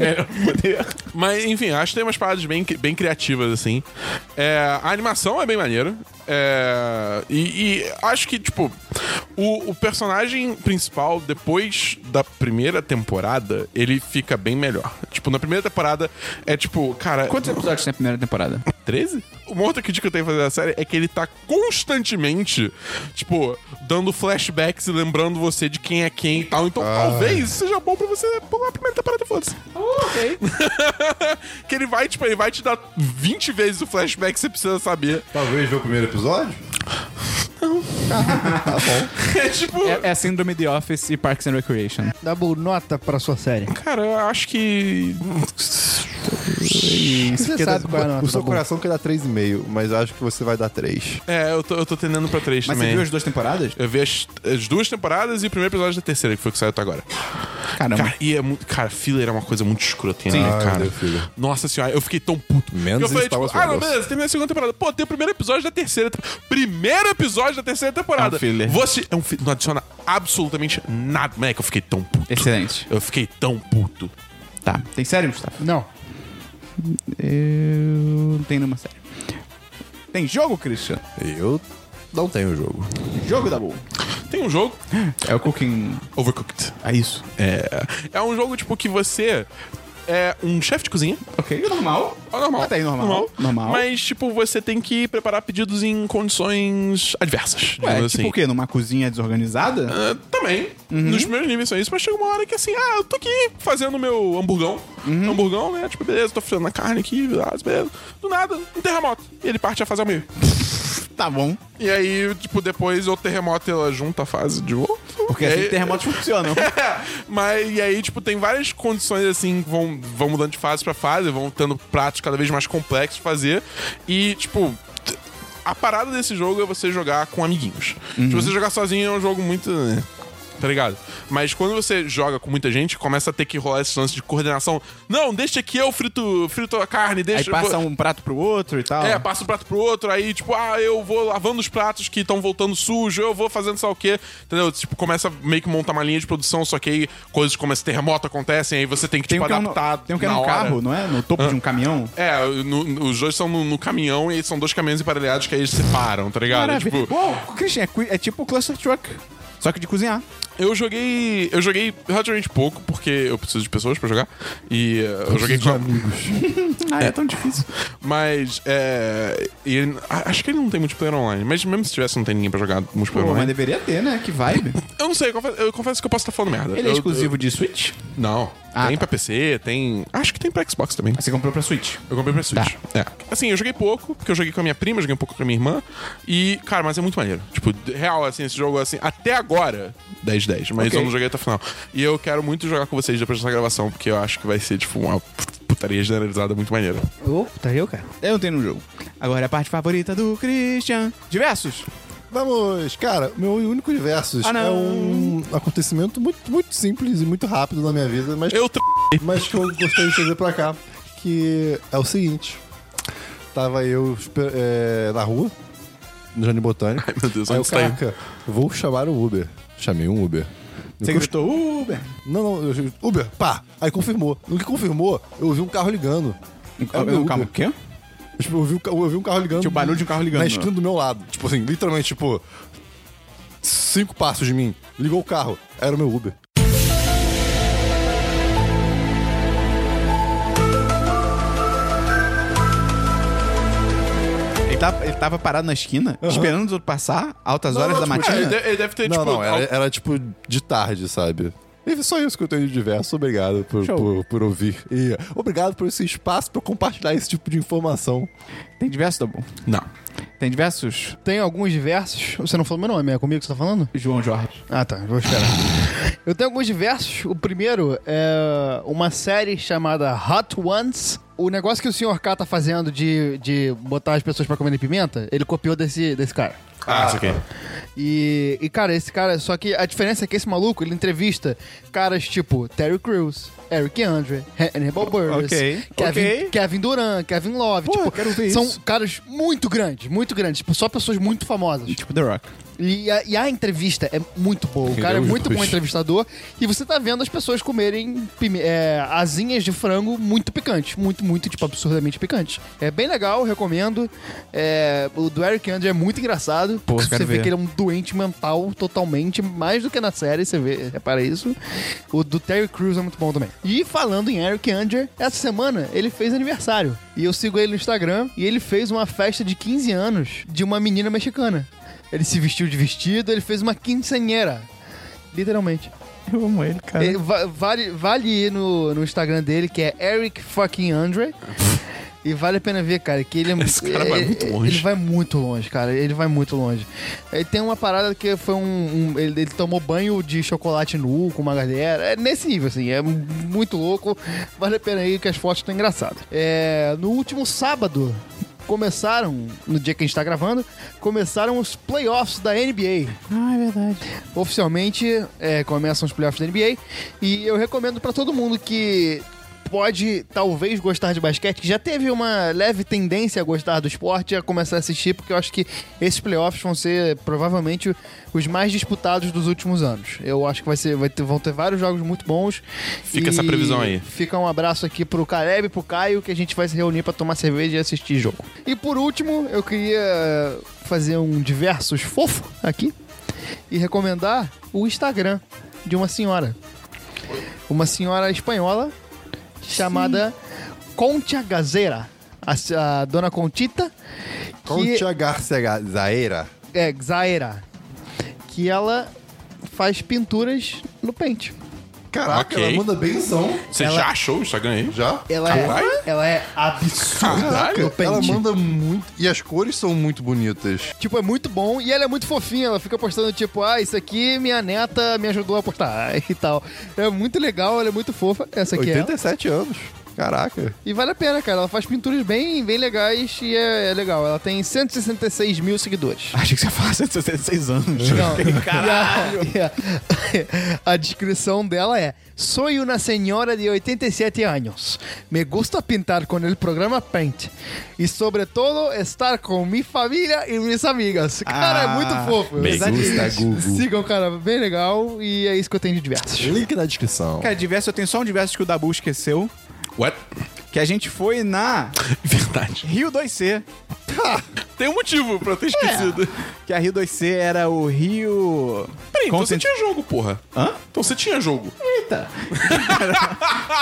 Speaker 1: É.
Speaker 3: Mas, enfim, acho que tem umas paradas bem, bem criativas, assim. É, a animação é bem maneira. É, e, e acho que, tipo, o, o personagem principal, depois da primeira temporada, ele fica bem melhor. Tipo, na primeira temporada é tipo, cara.
Speaker 1: Quantos episódios tem a primeira temporada?
Speaker 3: 13? Uma outra crítica que eu tenho que fazer da série é que ele tá constantemente, tipo, dando flashbacks e lembrando você de quem é quem e tal. Então talvez seja bom pra você pular a primeira temporada e foda-se.
Speaker 1: Ah, ok.
Speaker 3: que ele vai, tipo, ele vai te dar 20 vezes o flashback que você precisa saber.
Speaker 2: Talvez ver o primeiro episódio? Não. tá bom.
Speaker 3: É tipo.
Speaker 1: É, é a síndrome The Office e Parks and Recreation.
Speaker 4: Dabu, nota pra sua série.
Speaker 3: Cara, eu acho que.
Speaker 4: Você sabe qual é
Speaker 3: tá
Speaker 4: a nota,
Speaker 2: O seu
Speaker 4: Dabu.
Speaker 2: coração quer dar 3,5, mas acho que você vai dar 3.
Speaker 3: É, eu tô, eu tô tendendo pra três
Speaker 1: Mas
Speaker 3: também.
Speaker 1: você viu as duas temporadas?
Speaker 3: Eu vi as, as duas temporadas e o primeiro episódio da terceira, que foi o que saiu até agora.
Speaker 1: Caramba.
Speaker 3: Cara, e é muito. Cara, filler é uma coisa muito escrota, né,
Speaker 2: Ah,
Speaker 3: cara?
Speaker 2: meu filho.
Speaker 3: Nossa senhora, eu fiquei tão puto.
Speaker 2: Menos
Speaker 3: Porque
Speaker 2: em
Speaker 3: eu
Speaker 2: Star Wars
Speaker 3: ah, não,
Speaker 2: Rebels.
Speaker 3: beleza, terminei a segunda temporada. Pô, tem o primeiro episódio da terceira temporada. Primeiro episódio da terceira temporada.
Speaker 1: É um filler.
Speaker 3: Você é um filler. Não adiciona absolutamente nada. Moleque, eu fiquei tão puto.
Speaker 1: Excelente.
Speaker 2: é-
Speaker 3: Eu fiquei tão puto.
Speaker 1: Tá. Tem série, Gustavo?
Speaker 4: Não.
Speaker 1: Eu não tenho nenhuma série. Tem jogo, Christian?
Speaker 2: Eu não tenho o jogo.
Speaker 1: Jogo da boa.
Speaker 3: Tem um jogo,
Speaker 1: É o Cooking.
Speaker 3: Overcooked.
Speaker 1: É isso.
Speaker 3: É, é um jogo, tipo, que você é um chefe de cozinha.
Speaker 1: Ok, normal.
Speaker 3: É normal.
Speaker 1: Até aí, normal. Normal.
Speaker 3: Mas, tipo, você tem que preparar pedidos em condições adversas.
Speaker 1: Ué,
Speaker 3: digamos assim.
Speaker 1: tipo o quê? Numa cozinha desorganizada?
Speaker 3: Ah, também. Nos primeiros níveis são isso, mas chega uma hora que assim, ah, eu tô aqui fazendo meu hamburgão. Hamburgão, né? Tipo, beleza, tô fazendo a carne aqui, beleza, beleza. Do nada, um terremoto. E ele parte a fase ao meio.
Speaker 1: Tá bom.
Speaker 3: E aí, tipo, depois o terremoto ela junta a fase de outro.
Speaker 1: Porque
Speaker 3: E
Speaker 1: assim
Speaker 3: aí-
Speaker 1: terremotos funcionam.
Speaker 3: Mas e aí, tipo, tem várias condições assim que vão, vão mudando de fase pra fase, vão tendo pratos cada vez mais complexos de fazer. E, tipo. t- A parada desse jogo é você jogar com amiguinhos.
Speaker 1: Uhum.
Speaker 3: Se você jogar sozinho é um jogo muito. né, Tá ligado? Mas quando você joga com muita gente, começa a ter que rolar esse lance de coordenação. Não, deixa que eu frito, frito a carne,
Speaker 1: Aí
Speaker 3: deixa
Speaker 1: passa um prato pro outro e tal.
Speaker 3: é, passa um prato pro outro, aí, tipo, ah, eu vou lavando os pratos que estão voltando sujo, eu vou fazendo sei lá o quê. Entendeu? Tipo, começa a meio que montar uma linha de produção, só que aí coisas como esse terremoto acontecem, aí você tem que,
Speaker 1: Tem
Speaker 3: tipo,
Speaker 1: um que é um,
Speaker 3: adaptar.
Speaker 1: tem um, que é
Speaker 3: na
Speaker 1: um
Speaker 3: hora.
Speaker 1: carro, não é? No topo de um caminhão.
Speaker 3: É, no- no- os dois são no, no caminhão e são dois caminhões emparelhados que aí eles separam, tá ligado? É,
Speaker 1: Maravilha.
Speaker 3: Tipo,
Speaker 1: Uou, Christian, é, cu- é tipo cluster truck. Só que de cozinhar.
Speaker 3: eu joguei. Eu joguei relativamente pouco, porque eu preciso de pessoas pra jogar. E eh, eu joguei
Speaker 2: Preciso
Speaker 3: com.
Speaker 2: de amigos.
Speaker 1: Ah, é, tão difícil.
Speaker 3: Mas. É, e ele- a- acho que ele não tem multiplayer online. Mas mesmo se tivesse, não tem ninguém pra jogar multiplayer
Speaker 1: Pô, mas
Speaker 3: online.
Speaker 1: deveria ter, né? Que vibe.
Speaker 3: Eu não sei, eu confesso, eu confesso que eu posso estar falando merda.
Speaker 1: Ele é
Speaker 3: Eu-
Speaker 1: exclusivo de Switch?
Speaker 3: eu- não.
Speaker 1: Ah,
Speaker 3: tem
Speaker 1: tá.
Speaker 3: pra PC, tem. Acho que tem pra Xbox também.
Speaker 1: Ah, Você comprou pra Switch.
Speaker 3: Eu comprei pra Switch.
Speaker 1: Tá.
Speaker 3: É. Assim, eu joguei pouco, porque eu joguei com a minha prima, joguei um pouco com a minha irmã. E, cara, mas é muito maneiro. Tipo, de- real, assim, esse jogo, assim, até agora, 10 10 mas
Speaker 1: Ok.
Speaker 3: eu não joguei até o final. E eu quero muito jogar com vocês depois dessa gravação, porque eu acho que vai ser, tipo, uma putaria generalizada muito maneira.
Speaker 4: Ô, tá eu, cara?
Speaker 1: Eu não tenho no jogo. Agora é a parte favorita do Christian. Diversos.
Speaker 2: Vamos, cara, meu único versus
Speaker 1: Ah, não.
Speaker 2: é um acontecimento muito, muito simples e muito rápido na minha vida, mas,
Speaker 3: Eu tra...
Speaker 2: mas que eu gostaria de trazer pra cá, que é o seguinte. Tava eu espe- é, na rua, no Jardim Botânico.
Speaker 3: Meu Deus,
Speaker 2: Aí eu,
Speaker 3: onde tá está aí?
Speaker 2: caraca, vou chamar o Uber. Chamei um Uber.
Speaker 1: Você gritou Uber.
Speaker 2: Não, não, eu- Uber, pá. Aí confirmou. No que confirmou, eu ouvi um carro ligando.
Speaker 1: Ah,
Speaker 2: meu
Speaker 1: Calma, o
Speaker 2: Uber.
Speaker 1: quê?
Speaker 2: Tipo, eu ouvi, um ca- eu ouvi um carro ligando.
Speaker 1: Tinha o barulho de um carro ligando.
Speaker 2: Na esquina do meu lado. Tipo assim, literalmente, tipo, cinco passos de mim. Ligou o carro. Era o meu Uber.
Speaker 1: Ele tava, ele tava parado na esquina, esperando os outros passar, altas horas da
Speaker 3: É, ele,
Speaker 1: matina.
Speaker 3: de- ele deve ter,
Speaker 2: não,
Speaker 3: tipo.
Speaker 2: não, era,
Speaker 3: al-
Speaker 2: era, tipo de tarde, sabe? E foi só isso que eu tenho de diverso. Obrigado por,
Speaker 1: Show.
Speaker 2: por, por ouvir. E obrigado por esse espaço pra eu compartilhar esse tipo de informação.
Speaker 1: Tem diversos, tá bom?
Speaker 3: Não.
Speaker 1: Tem diversos,
Speaker 4: Tem alguns diversos. Você não falou meu nome, é comigo que você tá falando?
Speaker 1: João Jorge.
Speaker 4: Ah, tá. Vou esperar. Eu tenho alguns diversos. O primeiro é uma série chamada Hot Ones. O negócio que o Sr. K tá fazendo de, de botar as pessoas pra comerem pimenta, ele copiou desse, desse cara.
Speaker 3: Ah, isso aqui.
Speaker 4: E, e, cara, esse cara. Só que a diferença é que esse maluco, ele entrevista caras tipo Terry Crews, Eric Andre, Hannibal Buress,
Speaker 1: Ok,
Speaker 4: Kevin,
Speaker 1: ok.
Speaker 4: Kevin Durant, Kevin Love.
Speaker 1: Pô,
Speaker 4: tipo,
Speaker 1: eu quero ver
Speaker 4: são
Speaker 1: isso.
Speaker 4: caras muito grandes, muito grandes. Tipo, só pessoas muito famosas.
Speaker 1: Tipo The Rock.
Speaker 4: E a, e a entrevista é muito boa. O cara é
Speaker 2: Deus,
Speaker 4: muito bom
Speaker 2: pois.
Speaker 4: entrevistador. E você tá vendo as pessoas comerem pime- é, asinhas de frango muito picantes. Muito, muito, tipo, absurdamente picantes. É bem legal, recomendo. É, o do Eric Andre é muito engraçado.
Speaker 1: Pô,
Speaker 4: porque
Speaker 1: quero
Speaker 4: você vê
Speaker 1: ver.
Speaker 4: que ele é um doente mental totalmente, mais do que na série, você vê, repara isso. O do Terry Crews é muito bom também. E falando em Eric Andre, essa semana ele fez aniversário. E eu sigo ele no Instagram e ele fez uma festa de 15 anos de uma menina mexicana. Ele se vestiu de vestido, ele fez uma quinceanhera. Literalmente.
Speaker 1: Eu amo ele, cara.
Speaker 4: Ele va- vale, vale ir no, no Instagram dele, que é Eric fucking Andre. E vale a pena ver, cara, que ele é
Speaker 3: Esse cara vai
Speaker 4: ele-
Speaker 3: muito longe.
Speaker 4: Ele vai muito longe, cara. Ele vai muito longe. Ele tem uma parada que foi um. um- ele, ele tomou banho de chocolate nu com uma galera. É nesse nível, assim. É muito louco. Vale a pena ir, que as fotos estão engraçadas. É, no último sábado, começaram, no dia que a gente tá gravando, começaram os playoffs da NBA
Speaker 1: Ah, é verdade.
Speaker 4: oficialmente é, começam os playoffs da NBA e eu recomendo pra todo mundo que pode talvez gostar de basquete, que já teve uma leve tendência a gostar do esporte, a começar a assistir, porque eu acho que esses playoffs vão ser provavelmente os mais disputados dos últimos anos. Eu acho que vai ser, vai ter- vão ter vários jogos muito bons.
Speaker 3: Fica
Speaker 4: E
Speaker 3: essa previsão aí.
Speaker 4: Fica um abraço aqui pro Caleb, pro Caio, que a gente vai se reunir pra tomar cerveja e assistir jogo. E por último, eu queria fazer um diversos fofo aqui e recomendar o Instagram de uma senhora. Uma senhora espanhola chamada Concha Gazeira. A, se- a dona Contita. que-
Speaker 2: Concha Garcia Zaera.
Speaker 4: É, Zaira. Que ela faz pinturas no pente.
Speaker 2: Caraca,
Speaker 3: Ok.
Speaker 2: ela manda benção.
Speaker 3: Você
Speaker 4: Ela-
Speaker 3: já achou o Instagram aí?
Speaker 2: Já?
Speaker 4: Ela é,
Speaker 3: Caralho.
Speaker 4: ela é absurda
Speaker 3: Caralho.
Speaker 4: no
Speaker 2: Ela
Speaker 4: pente.
Speaker 2: manda muito. E as cores são muito bonitas.
Speaker 4: Tipo, é muito bom e ela é muito fofinha. Ela fica postando, tipo, ah, isso aqui minha neta me ajudou a postar e tal. É muito legal, ela é muito fofa. Essa aqui é ela.
Speaker 2: 87 anos. Caraca.
Speaker 4: E vale a pena, cara. Ela faz pinturas bem, bem legais e é, é legal. Ela tem 166 mil seguidores.
Speaker 1: Achei que você ia falar 166 anos.
Speaker 4: Caralho! é, A, descrição dela é: Sou uma senhora de 87 anos. Me gusta pintar com o programa Paint. E, sobretudo, estar com minha família e minhas amigas. Cara, é
Speaker 1: Ah,
Speaker 4: muito fofo.
Speaker 3: bem
Speaker 4: Apesar de-
Speaker 2: gusta, Gugu.
Speaker 4: Sigam, cara. Bem legal. E é isso que eu tenho de diversos.
Speaker 2: Link na descrição.
Speaker 1: Cara, diverso, eu tenho só um diverso que o Dabu esqueceu.
Speaker 3: What?
Speaker 1: Que a gente foi na
Speaker 3: Verdade.
Speaker 1: Rio 2C.
Speaker 3: Tem um motivo pra eu
Speaker 1: É.
Speaker 3: ter esquecido.
Speaker 1: Que a Rio 2C era o Rio.
Speaker 3: Peraí, então você
Speaker 1: Content-
Speaker 3: tinha jogo, porra.
Speaker 1: Hã?
Speaker 3: Então você tinha jogo.
Speaker 1: Eita!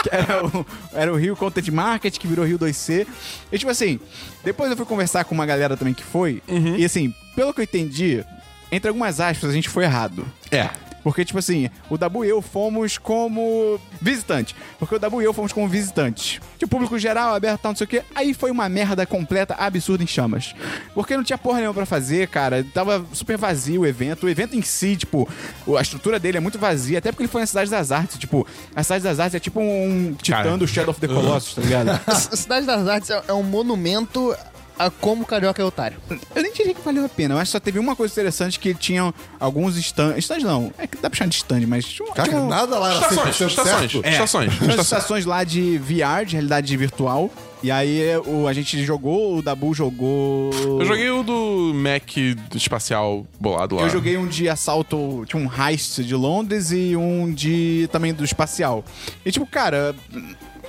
Speaker 1: Que era, o, era o Rio Content Market, que virou Rio 2C. E tipo assim, depois eu fui conversar com uma galera também que foi. E assim, pelo que eu entendi, entre algumas aspas, a gente foi errado.
Speaker 3: É.
Speaker 1: Porque, tipo assim, o Dabu e eu fomos como visitante. Porque o Dabu e eu fomos como visitante. Que o público geral, aberto, tal, não sei o quê. Aí foi uma merda completa, absurda em chamas. Porque não tinha porra nenhuma pra fazer, cara. Tava super vazio o evento. O evento em si, tipo, o- a estrutura dele é muito vazia. Até porque ele foi na Cidade das Artes. Tipo, a Cidade das Artes é tipo um
Speaker 3: Cara.
Speaker 1: titã do Shadow of the Colossus, tá ligado?
Speaker 4: A Cidade das Artes é- é um monumento a como o carioca é otário.
Speaker 1: Eu nem diria que valeu a pena. Eu acho que só teve uma coisa interessante que tinham alguns stands. Stands não. É que dá pra chamar de stand, mas... tinha um-
Speaker 2: Caraca,
Speaker 1: tinha um-
Speaker 2: nada lá era
Speaker 3: Estações,
Speaker 2: 100%
Speaker 3: estações,
Speaker 1: É.
Speaker 2: certo.
Speaker 3: estações.
Speaker 1: As estações lá de VR, de realidade virtual. E aí o, a gente jogou, o Dabu jogou.
Speaker 3: Eu joguei o do Mac do espacial bolado lá.
Speaker 1: Eu joguei um de assalto, tipo um heist de Londres e um de também do espacial. E tipo, cara,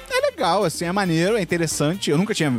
Speaker 1: é legal, assim, é maneiro, é interessante. Eu nunca tinha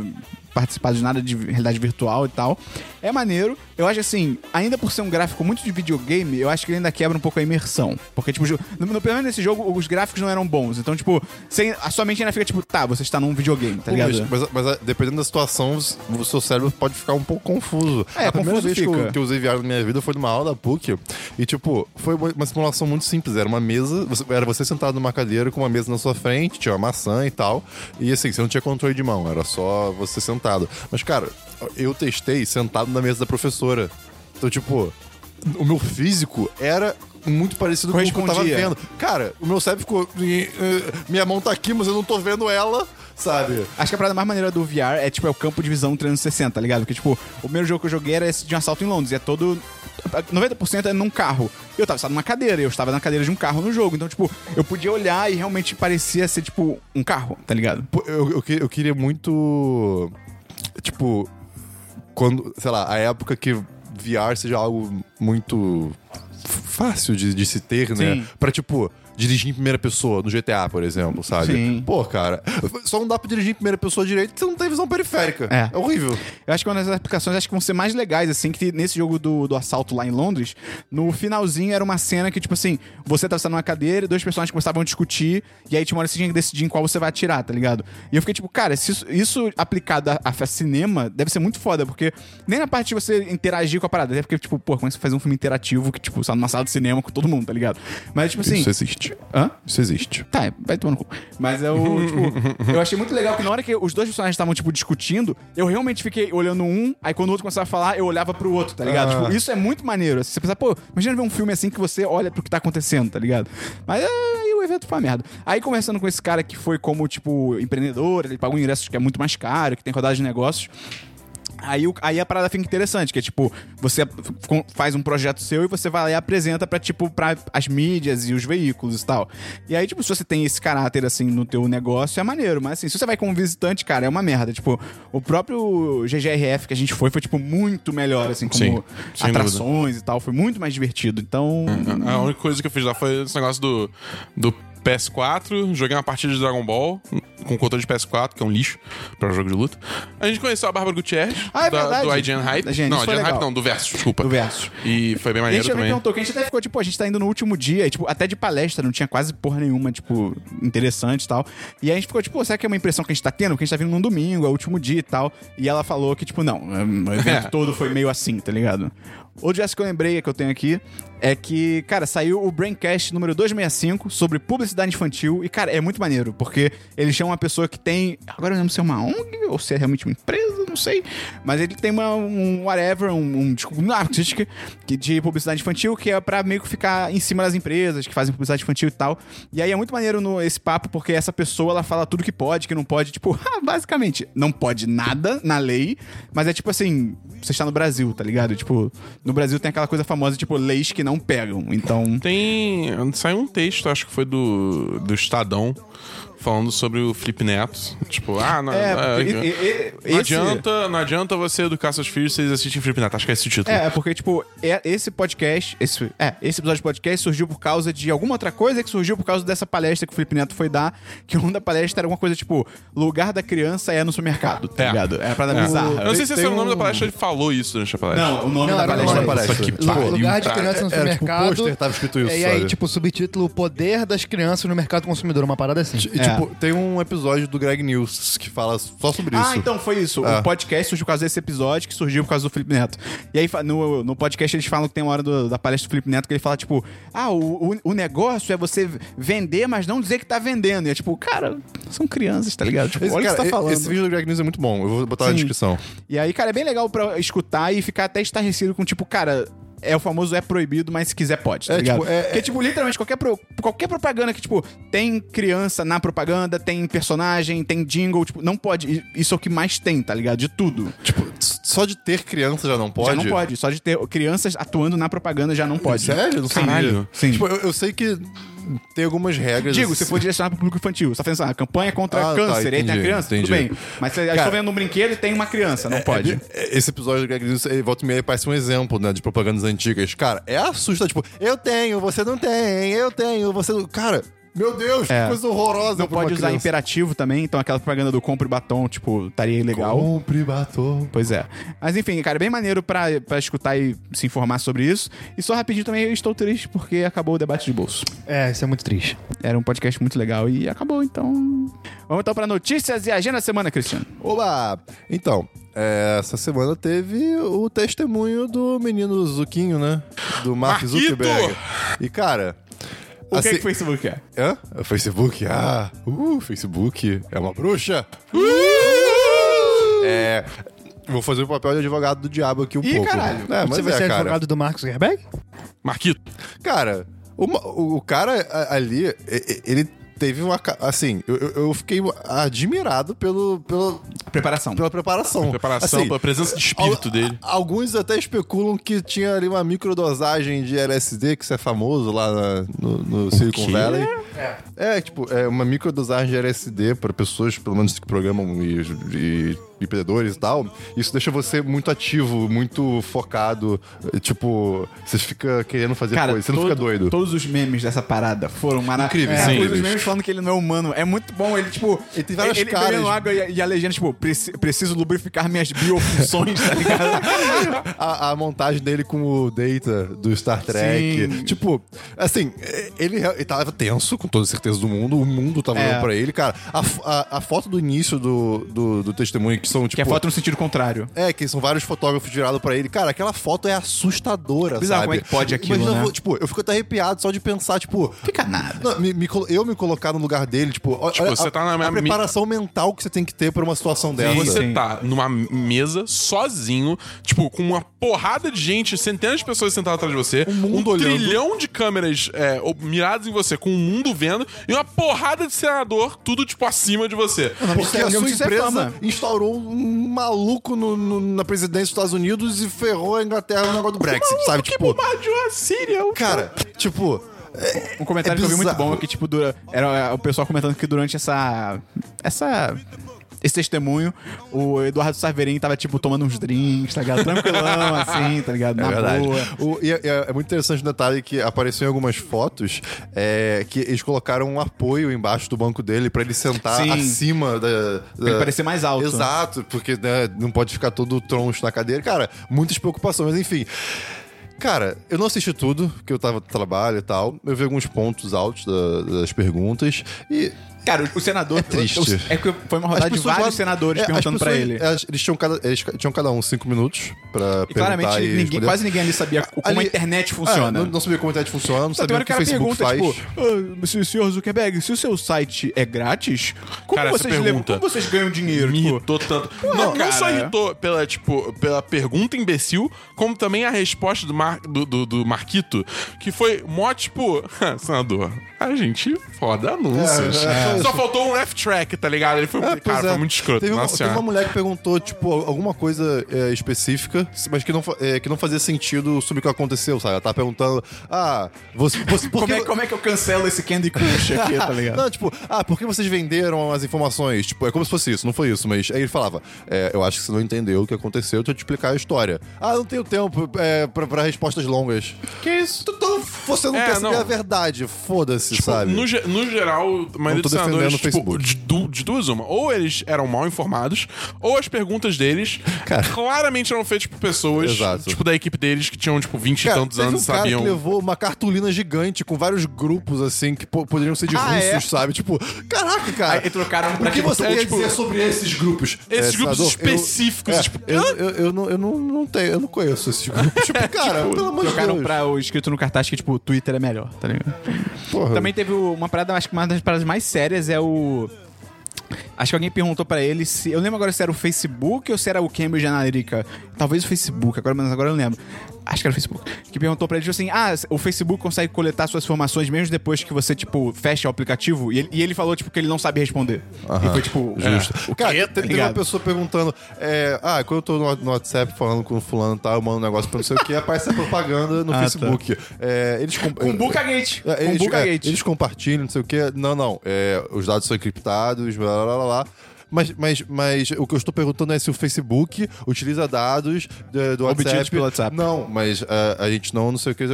Speaker 1: participado de nada de realidade virtual e tal. É maneiro. Eu acho assim, ainda por ser um gráfico muito de videogame, eu acho que ele ainda quebra um pouco a imersão. Porque, tipo, jo- no, no, pelo menos nesse jogo, os gráficos não eram bons. Então, tipo, sem, a sua mente ainda fica, tipo, tá, você está num videogame, tá ligado?
Speaker 2: Mas, mas- mas, ah, dependendo da situação, s- o seu cérebro pode ficar um pouco confuso.
Speaker 1: É,
Speaker 2: a
Speaker 1: confuso
Speaker 2: primeira vez que, eu-
Speaker 1: fica.
Speaker 2: que eu usei VR na minha vida foi numa aula da PUC. E, tipo, foi uma uma simulação muito simples. Era uma mesa, você- era você sentado numa cadeira com uma mesa na sua frente, tinha uma maçã e tal. E assim, você não tinha controle de mão, era só você sentado. Mas, cara, eu testei sentado na mesa da professora. Então, tipo, o meu físico era. Muito parecido com o que eu tava
Speaker 1: Correspondia.
Speaker 2: vendo. Cara, o meu cérebro ficou. "Ih, eh, Minha mão tá aqui, mas eu não tô vendo ela, sabe?
Speaker 1: Acho que a parada mais maneira do VR é, tipo, é o campo de visão 360, tá ligado? Porque, tipo, o primeiro jogo que eu joguei era esse de um assalto em Londres. E é todo... 90% é num carro. E eu tava sentado numa cadeira. e Eu estava na cadeira de um carro no jogo. Então, tipo, eu podia olhar e realmente parecia ser, tipo, um carro, tá ligado?
Speaker 2: Pô, Eu, eu, que- eu queria muito. Tipo. Quando. Sei lá, a época que VR seja algo muito f- fácil de, de se ter, né?
Speaker 1: Sim.
Speaker 2: Pra, tipo, dirigir em primeira pessoa no GTA, por exemplo, sabe?
Speaker 1: Sim.
Speaker 2: Pô, cara, só não dá pra dirigir em primeira pessoa direito porque você não tem visão periférica.
Speaker 1: É.
Speaker 2: É horrível.
Speaker 1: Eu acho que uma das aplicações acho que vão ser mais legais, assim, que nesse jogo do, do assalto lá em Londres, no finalzinho era uma cena que, tipo assim, você tava sentado numa cadeira e dois personagens começavam a discutir, e aí tinha uma hora que você tinha que decidir em qual você vai atirar, tá ligado? E eu fiquei tipo, cara, se isso, isso aplicado a, a cinema deve ser muito foda, porque nem na parte de você interagir com a parada, até porque, tipo, pô, como é que você faz um filme interativo que, tipo, sabe, numa sala de cinema com todo mundo, tá ligado? Mas, tipo assim.
Speaker 2: Isso existe.
Speaker 1: Hã?
Speaker 2: Isso existe.
Speaker 1: Tá, vai tomar no cu. Mas eu, tipo, eu achei muito legal que na hora que os dois personagens estavam, tipo, discutindo, eu realmente fiquei olhando um, aí quando o outro começava a falar, eu olhava pro outro, tá ligado?
Speaker 2: Ah.
Speaker 1: Tipo, isso é muito maneiro. assim, Você pensa, pô, imagina ver um filme assim que você olha pro que tá acontecendo, tá ligado? Mas é, aí o evento foi uma merda. Aí conversando com esse cara que foi como, tipo, empreendedor, ele pagou um ingresso que é muito mais caro, que tem rodada de negócios. Aí, o- aí a parada fica interessante, que é tipo, você f- faz um projeto seu e você vai lá e apresenta pra, tipo, para as mídias e os veículos e tal. E aí, tipo, se você tem esse caráter, assim, no teu negócio, é maneiro. Mas, assim, se você vai como visitante, cara, é uma merda. Tipo, o próprio GGRF que a gente foi, foi, tipo, muito melhor, assim, como
Speaker 3: Sim, sem Uhum.
Speaker 1: atrações e tal. Foi muito mais divertido. Então...
Speaker 3: É, A única coisa que eu fiz lá foi esse negócio do, do PS4. Joguei uma partida de Dragon Ball hum, com controle de PS4, que é um lixo pra jogo de luta. A gente conheceu a Bárbara Gutierrez,
Speaker 1: Ah, é
Speaker 3: da,
Speaker 1: verdade.
Speaker 3: do IGN Hype.
Speaker 1: Da IGN,
Speaker 3: não,
Speaker 1: isso foi
Speaker 3: IGN Hype
Speaker 1: legal.
Speaker 3: não, do Versus, desculpa.
Speaker 1: Do Versus.
Speaker 3: E foi bem
Speaker 1: A
Speaker 3: maneiro
Speaker 1: gente também
Speaker 3: também.
Speaker 1: perguntou, que a gente até ficou, tipo, a gente tá indo no último dia, e, tipo, até de palestra, não tinha quase porra nenhuma, tipo, interessante e tal. E aí a gente ficou, tipo, será que é uma impressão que a gente tá tendo? Porque a gente tá vindo num domingo, é o último dia e tal. E ela falou que, tipo, não, hum, o evento
Speaker 3: É.
Speaker 1: todo foi meio assim, tá ligado? Outro gesto que eu lembrei que eu tenho aqui é que, cara, saiu o Braincast número 265 sobre publicidade infantil. E, cara, é muito maneiro, porque eles chamam uma pessoa que tem. Agora eu não lembro se é uma ONG ou se é realmente uma empresa, não sei. Mas ele tem uma, um whatever, um, um desculpa, uma artística que de publicidade infantil que é pra meio que ficar em cima das empresas que fazem publicidade infantil e tal. E aí é muito maneiro no, esse papo, porque essa pessoa ela fala tudo que pode, que não pode, tipo, basicamente, não pode nada na lei, mas é tipo assim, você está no Brasil, tá ligado? Tipo, no Brasil tem aquela coisa famosa, tipo, leis que não pegam. Então.
Speaker 3: Tem. Saiu um texto, acho que foi do, do Estadão, falando sobre o Felipe Neto. Tipo, ah, não,
Speaker 1: É,
Speaker 3: ah,
Speaker 1: porque e- e- e- esse-
Speaker 3: não adianta, não adianta você educar seus filhos se eles assistem Felipe Neto. Acho que é esse o título.
Speaker 1: É, é porque, tipo, é- esse podcast, esse, é, esse episódio de podcast surgiu por causa de alguma outra coisa que surgiu por causa dessa palestra que o Felipe Neto foi dar, que o nome da palestra era alguma coisa tipo, lugar da criança é no supermercado, tá
Speaker 3: É.
Speaker 1: ligado? É uma parada
Speaker 3: É.
Speaker 1: bizarra.
Speaker 3: Eu não sei se esse
Speaker 2: Tem
Speaker 3: é o nome
Speaker 2: um-
Speaker 3: da palestra, ele falou isso durante a palestra.
Speaker 1: Não, o nome da
Speaker 4: era o
Speaker 1: palestra.
Speaker 4: nome da
Speaker 2: palestra.
Speaker 1: Isso aqui,
Speaker 2: Lu-
Speaker 1: pá.
Speaker 4: Lu- lugar de
Speaker 3: cara.
Speaker 4: criança Tipo, no
Speaker 2: um Era tipo
Speaker 4: supermercado.
Speaker 2: pôster, tava escrito isso,
Speaker 4: E aí,
Speaker 2: sabe?
Speaker 4: tipo, subtítulo: O Poder das Crianças no Mercado Consumidor. Uma parada assim.
Speaker 2: E,
Speaker 1: É.
Speaker 2: tipo, tem um episódio do Greg News que fala só sobre isso.
Speaker 1: Ah, então foi isso.
Speaker 2: Ah.
Speaker 1: O podcast surgiu por causa desse episódio que surgiu por causa do Felipe Neto. E aí, fa- no, no podcast, eles falam que tem uma hora do- da palestra do Felipe Neto que ele fala, tipo, ah, o, o, o negócio é você vender, mas não dizer que tá vendendo. E é tipo, cara, são crianças, tá ligado? Tipo,
Speaker 2: Esse,
Speaker 1: olha o que
Speaker 2: cara,
Speaker 1: você tá
Speaker 2: e-
Speaker 1: falando.
Speaker 2: Esse vídeo do Greg News é muito bom. Eu vou botar na
Speaker 1: Sim.
Speaker 2: descrição.
Speaker 1: E aí, cara, é bem legal pra escutar e ficar até estarrecido com, tipo, cara. É o famoso é proibido, mas se quiser pode, tá
Speaker 2: É,
Speaker 1: ligado?
Speaker 2: tipo, é-
Speaker 1: Porque, tipo, literalmente, qualquer, pro- qualquer propaganda que, tipo, tem criança na propaganda, tem personagem, tem jingle, tipo, não pode. I- Isso é o que mais tem, tá ligado? De tudo.
Speaker 2: Tipo, s- só de ter criança já não pode?
Speaker 1: Já não pode. Só de ter crianças atuando na propaganda já não pode.
Speaker 2: Sério? Não sabia.
Speaker 3: Caralho.
Speaker 1: Sim.
Speaker 2: Tipo, eu, eu sei que tem algumas regras.
Speaker 1: Digo, se for direcionado pro público infantil, só pensando, ah, campanha contra
Speaker 2: Ah, tá,
Speaker 1: câncer, aí tem a
Speaker 2: entendi,
Speaker 1: criança, tudo
Speaker 2: entendi.
Speaker 1: bem. Mas eu
Speaker 2: Cara-
Speaker 1: estou vendo um brinquedo e tem uma criança, não pode.
Speaker 2: É, Esse episódio do Greg News, ele volta e meia parece um exemplo, né? De propagandas antigas. Cara, é assustador. Tipo, eu tenho, você não tem, eu tenho, você não. Cara, meu Deus, que
Speaker 1: É.
Speaker 2: coisa horrorosa.
Speaker 1: Não
Speaker 2: pra uma
Speaker 1: pode usar
Speaker 2: criança.
Speaker 1: imperativo também, então aquela propaganda do compre batom, tipo, estaria ilegal.
Speaker 2: Compre batom.
Speaker 1: Pois é. Mas enfim, cara, é bem maneiro pra, pra escutar e se informar sobre isso. E só rapidinho também, eu estou triste porque acabou o debate de bolso.
Speaker 4: É, isso é muito triste.
Speaker 1: Era um podcast muito legal e acabou, então. Vamos então pra notícias e agenda da semana, Cristiano.
Speaker 2: Oba! Então, é, essa semana teve o testemunho do menino Zuquinho, né? Do Mark
Speaker 3: Marquito!
Speaker 2: Zuckerberg. E, cara.
Speaker 1: O que,
Speaker 2: assim-
Speaker 1: é que o Facebook é?
Speaker 2: Hã? O Facebook? Ah, uh, Facebook é uma bruxa. Uh! É. Vou fazer o papel de advogado do diabo aqui um
Speaker 1: Ih,
Speaker 2: pouco.
Speaker 1: caralho.
Speaker 2: É, mas
Speaker 4: Você vai
Speaker 2: é,
Speaker 4: ser
Speaker 2: cara.
Speaker 4: advogado do Marcos Zuckerberg?
Speaker 3: Marquito.
Speaker 2: Cara, uma- o, o cara a- ali, e- e- ele teve uma. ca- Assim, eu, eu- eu fiquei admirado pelo, pelo,
Speaker 1: Preparação.
Speaker 2: pela preparação.
Speaker 3: Preparação,
Speaker 2: Assim,
Speaker 3: pela presença de espírito
Speaker 2: al-
Speaker 3: dele.
Speaker 2: Alguns até especulam que tinha ali uma microdosagem de LSD, que isso é famoso lá na- no, no Silicon
Speaker 3: quê?
Speaker 2: Valley. É. tipo, é uma microdosagem de LSD para pessoas, pelo menos, que programam e, e empreendedores e tal. Isso deixa você muito ativo, muito focado. É, Tipo, você fica querendo fazer
Speaker 1: Cara,
Speaker 2: coisa, você não
Speaker 1: todo-
Speaker 2: fica doido.
Speaker 1: Todos os memes dessa parada foram
Speaker 2: Incríveis,
Speaker 1: maravilhosos. É,
Speaker 3: sim.
Speaker 1: todos os memes falando que ele não é humano. É muito bom. Ele, tipo.
Speaker 2: Ele tem várias
Speaker 1: ele
Speaker 2: caras.
Speaker 1: bebendo água e, a- e a legenda, tipo, "Preci- preciso lubrificar minhas biofunções, tá ligado?
Speaker 2: a, a montagem dele com o Data do Star Trek.
Speaker 1: Sim.
Speaker 2: Tipo, assim, é, ele, re- ele tava tenso, com toda certeza do mundo, o mundo tava
Speaker 1: É.
Speaker 2: olhando pra ele. Cara, a, fo- a, a foto do início do, do, do testemunho, que são, tipo.
Speaker 1: que é foto no sentido contrário.
Speaker 2: É, que são vários fotógrafos virados pra ele. Cara, aquela foto é assustadora,
Speaker 1: Bizarro
Speaker 2: sabe?
Speaker 1: como é que pode aquilo,
Speaker 2: Imagina,
Speaker 1: né?
Speaker 2: eu vou- tipo, eu fico até arrepiado só de pensar, tipo...
Speaker 1: Fica nada.
Speaker 2: Não, me- me colo- eu me colocar no lugar dele, tipo... ó-
Speaker 3: Tipo,
Speaker 2: olha
Speaker 3: você
Speaker 2: a,
Speaker 3: tá na
Speaker 2: a
Speaker 3: minha-
Speaker 2: preparação mental que você tem que ter pra uma situação dessa.
Speaker 3: você
Speaker 1: sim.
Speaker 3: tá numa mesa sozinho, tipo, com uma porrada de gente, centenas de pessoas sentadas atrás de você, um,
Speaker 2: mundo olhando.
Speaker 3: trilhão de câmeras é, ob- miradas em você, com o mundo vendo, e uma porrada de senador, tudo, tipo, acima de você.
Speaker 2: Porque
Speaker 1: Isso é-
Speaker 2: a sua
Speaker 1: isso é
Speaker 2: empresa
Speaker 1: fama.
Speaker 2: instaurou um maluco no- no- na presidência dos Estados Unidos e ferrou a Inglaterra no negócio do Brexit, sabe?
Speaker 3: que
Speaker 2: Tipo,
Speaker 3: bombardeou a Síria? o-
Speaker 2: cara, tipo,
Speaker 1: Um comentário
Speaker 2: É
Speaker 1: que eu vi muito
Speaker 2: bizarro.
Speaker 1: bom é que, tipo, dura, era é, o pessoal comentando que durante essa. essa. Esse testemunho, o Eduardo Saverin tava, tipo, tomando uns drinks, tá ligado? Tranquilão, assim, tá ligado? Na boa.
Speaker 2: O- e é, é- é muito interessante o detalhe que apareceu em algumas fotos é, que eles colocaram um apoio embaixo do banco dele pra ele sentar
Speaker 1: Sim.
Speaker 2: acima da. da...
Speaker 1: ele parecer mais alto.
Speaker 2: Exato, porque né, não pode ficar todo troncho na cadeira. Cara, muitas preocupações, mas enfim. Cara, eu não assisti tudo, porque eu tava no trabalho e tal. Eu vi alguns pontos altos da- das perguntas. E
Speaker 1: Cara, o senador.
Speaker 2: É triste.
Speaker 1: o- é que foi uma rodada de
Speaker 2: pessoas
Speaker 1: vários
Speaker 2: lá-
Speaker 1: senadores
Speaker 2: é, as
Speaker 1: perguntando pra
Speaker 2: pessoas,
Speaker 1: ele.
Speaker 2: elas- eles, tinham cada, eles ca- tinham cada um cinco minutos pra
Speaker 1: E
Speaker 2: perguntar
Speaker 1: claramente
Speaker 2: e
Speaker 1: ninguém,
Speaker 2: responder.
Speaker 1: quase ninguém ali sabia o- como a
Speaker 2: Ali-
Speaker 1: internet
Speaker 2: Ah,
Speaker 1: funciona.
Speaker 2: não, não sabia como a internet funciona, não
Speaker 1: Só tem
Speaker 2: sabia
Speaker 1: hora
Speaker 2: o
Speaker 1: que
Speaker 2: que
Speaker 1: o
Speaker 2: o
Speaker 1: cara
Speaker 2: Facebook
Speaker 1: pergunta,
Speaker 2: faz.
Speaker 1: tipo, "Ah, se- senhor Zuckerberg, se o seu site é grátis, como,
Speaker 3: Cara, essa
Speaker 1: vocês, levam-
Speaker 3: pergunta
Speaker 1: como vocês ganham dinheiro?
Speaker 3: Me
Speaker 1: Tipo,
Speaker 3: irritou tanto. não, não só
Speaker 1: cara.
Speaker 3: irritou pela, tipo, pela pergunta imbecil, como também a resposta do, Mar, do, do- do Marquito, que foi mó tipo, "Ah, senador, a gente foda anúncios.
Speaker 2: É, é.
Speaker 3: Só faltou um left track, tá ligado? Ele foi,
Speaker 2: Ah, pois
Speaker 3: cara,
Speaker 2: é.
Speaker 3: foi muito escroto.
Speaker 2: Teve uma,
Speaker 3: Nossa
Speaker 2: teve
Speaker 3: Senhora.
Speaker 2: uma mulher que perguntou, tipo, alguma coisa é, específica, mas que não, fa- é, que não fazia sentido sobre o que aconteceu, sabe? Ela tá perguntando, ah, você. você por
Speaker 1: como,
Speaker 2: que-
Speaker 1: é, como é que eu cancelo esse Candy Crush aqui, tá ligado?
Speaker 2: Não, tipo, ah, por que vocês venderam as informações? Tipo, é como se fosse isso, não foi isso, mas aí ele falava, é, eu acho que você não entendeu o que aconteceu, deixa eu te explicar a história. Ah, não tenho tempo é, pra, pra respostas longas.
Speaker 1: que isso?
Speaker 2: Então você não
Speaker 3: É,
Speaker 2: quer saber
Speaker 3: não.
Speaker 2: a verdade, foda-se,
Speaker 3: Tipo,
Speaker 2: sabe?
Speaker 3: No, ge- no geral, a maioria
Speaker 2: tô
Speaker 3: dos senadores,
Speaker 2: defendendo o
Speaker 3: tipo,
Speaker 2: Facebook.
Speaker 3: de, du- de duas uma. Ou eles eram mal informados, ou as perguntas deles claramente eram feitas por pessoas,
Speaker 2: Exato.
Speaker 3: tipo, da equipe deles que tinham, tipo, 20 e tantos
Speaker 2: teve
Speaker 3: anos
Speaker 2: um
Speaker 3: e
Speaker 2: cara
Speaker 3: sabiam.
Speaker 2: que levou uma cartolina gigante com vários grupos, assim, que po- poderiam ser de
Speaker 1: Ah,
Speaker 2: russos,
Speaker 1: é?
Speaker 2: sabe? Tipo, caraca, cara.
Speaker 1: Aí trocaram pra
Speaker 2: O que
Speaker 1: tipo,
Speaker 2: você
Speaker 1: é,
Speaker 2: quer
Speaker 1: tipo,
Speaker 2: dizer sobre esses grupos?
Speaker 3: Esses
Speaker 2: É,
Speaker 3: grupos
Speaker 2: senador, eu-
Speaker 3: específicos,
Speaker 2: é,
Speaker 3: tipo,
Speaker 2: eu,
Speaker 3: hã?
Speaker 2: eu, eu não, eu não, não tenho, eu não conheço esses grupos. Tipo, cara, pelo amor de
Speaker 1: Trocaram
Speaker 2: Deus.
Speaker 1: pra o escrito no cartaz que, tipo, o Twitter é melhor, tá ligado?
Speaker 2: Porra.
Speaker 1: Também teve o- uma parada, acho que uma das paradas mais sérias é o. Acho que alguém perguntou pra ele se. Eu lembro agora se era o Facebook ou se era o Cambridge Analytica. Talvez o Facebook, agora, mas agora eu não lembro. Acho que era o Facebook. Que perguntou pra ele, tipo assim: ah, o Facebook consegue coletar suas informações mesmo depois que você, tipo, fecha o aplicativo? E ele, e ele falou, tipo, que ele não sabe responder. E foi tipo.
Speaker 2: Justo.
Speaker 1: é, o
Speaker 2: Cara,
Speaker 1: quê?
Speaker 2: teve- teve
Speaker 1: Ligado.
Speaker 2: uma pessoa perguntando: é, Ah, quando eu tô no, no WhatsApp falando com o fulano e tal, eu mando um negócio pra não sei o que, aparece a propaganda no
Speaker 1: Ah, tá.
Speaker 2: Facebook. É, eles com
Speaker 1: Cumbuca Gate.
Speaker 2: É, eles,
Speaker 1: Cumbuca
Speaker 2: é,
Speaker 1: Gate.
Speaker 2: eles compartilham, não sei o quê. Não, não. é, os dados são encriptados, blá, blá, blá, blá. Mas, mas, mas o que eu estou perguntando é se o Facebook utiliza dados é, do
Speaker 1: Obtidos
Speaker 2: WhatsApp.
Speaker 1: pelo WhatsApp.
Speaker 2: Não, mas é, a gente não, não sei o que.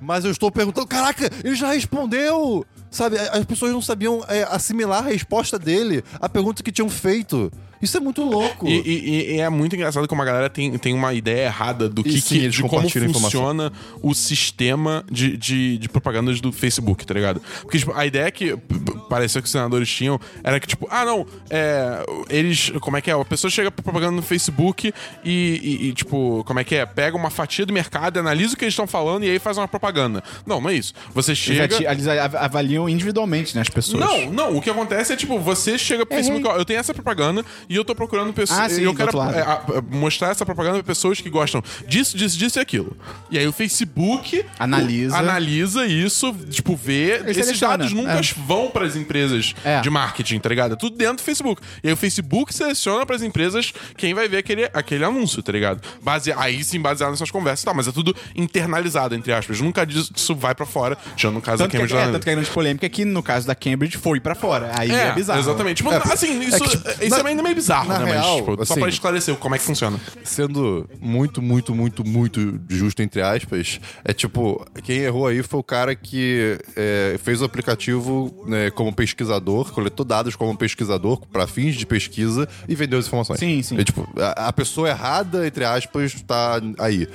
Speaker 2: Mas eu estou perguntando. Caraca, ele já respondeu! Sabe, a- as pessoas não sabiam é, assimilar a resposta dele à pergunta que tinham feito. Isso é muito louco.
Speaker 3: E, e- e- e é muito engraçado como a galera tem, tem uma ideia errada do
Speaker 2: E
Speaker 3: que,
Speaker 2: sim,
Speaker 3: que-
Speaker 2: eles
Speaker 3: de como
Speaker 2: compartilham
Speaker 3: funciona
Speaker 2: informação.
Speaker 3: o sistema de, de, de propagandas do Facebook, tá ligado? Porque tipo, a ideia que p- p- pareceu que os senadores tinham era que, tipo, ah, não, é, eles. Como é que é? A pessoa chega pra propaganda no Facebook e, e- e, tipo, como é que é? Pega uma fatia do mercado, analisa o que eles estão falando e aí faz uma propaganda. Não, não é isso. Você
Speaker 1: Eles
Speaker 3: chega.
Speaker 1: ati- Eles av- avaliam individualmente, né, as pessoas.
Speaker 3: Não, não. O que acontece é, tipo, você chega pro Facebook, ó, eu tenho essa propaganda e eu tô procurando pessoas.
Speaker 1: Ah, sim,
Speaker 3: e eu
Speaker 1: do
Speaker 3: quero
Speaker 1: outro lado.
Speaker 3: é, a- é, mostrar essa propaganda pra pessoas que gostam disso, disso, disso e aquilo. E aí o Facebook
Speaker 1: Analisa.
Speaker 3: o- analisa isso, tipo, vê.
Speaker 1: Ele
Speaker 3: Esses
Speaker 1: seleciona,
Speaker 3: dados nunca
Speaker 1: é.
Speaker 3: vão pras empresas
Speaker 1: É.
Speaker 3: de marketing, tá ligado? É tudo dentro do Facebook. E aí o Facebook seleciona pras empresas quem vai ver aquele, aquele anúncio, tá ligado? Base, aí sim, baseado nessas conversas e tal, mas é tudo internalizado, entre aspas. Nunca disso vai pra fora, tirando no caso
Speaker 1: Tanto
Speaker 3: da
Speaker 1: que, é,
Speaker 3: Cambridge Analytica.
Speaker 1: tanto que a grande polêmica é que no caso da Cambridge foi pra fora. Aí é, bizarro.
Speaker 3: Exatamente. Tipo, assim, isso,
Speaker 2: é que, tipo,
Speaker 3: isso
Speaker 2: na-
Speaker 3: é ainda meio bizarro,
Speaker 2: na
Speaker 3: né?
Speaker 2: real,
Speaker 3: Mas, tipo, só
Speaker 2: assim-
Speaker 3: pra esclarecer como é que funciona.
Speaker 2: sendo muito, muito, muito, muito justo, entre aspas, é tipo, quem errou aí foi o cara que é, fez o aplicativo né, como pesquisador, coletou dados como pesquisador para fins de pesquisa e vendeu as informações.
Speaker 1: Sim, sim.
Speaker 2: É, tipo, a, a pessoa errada, entre aspas, tá aí.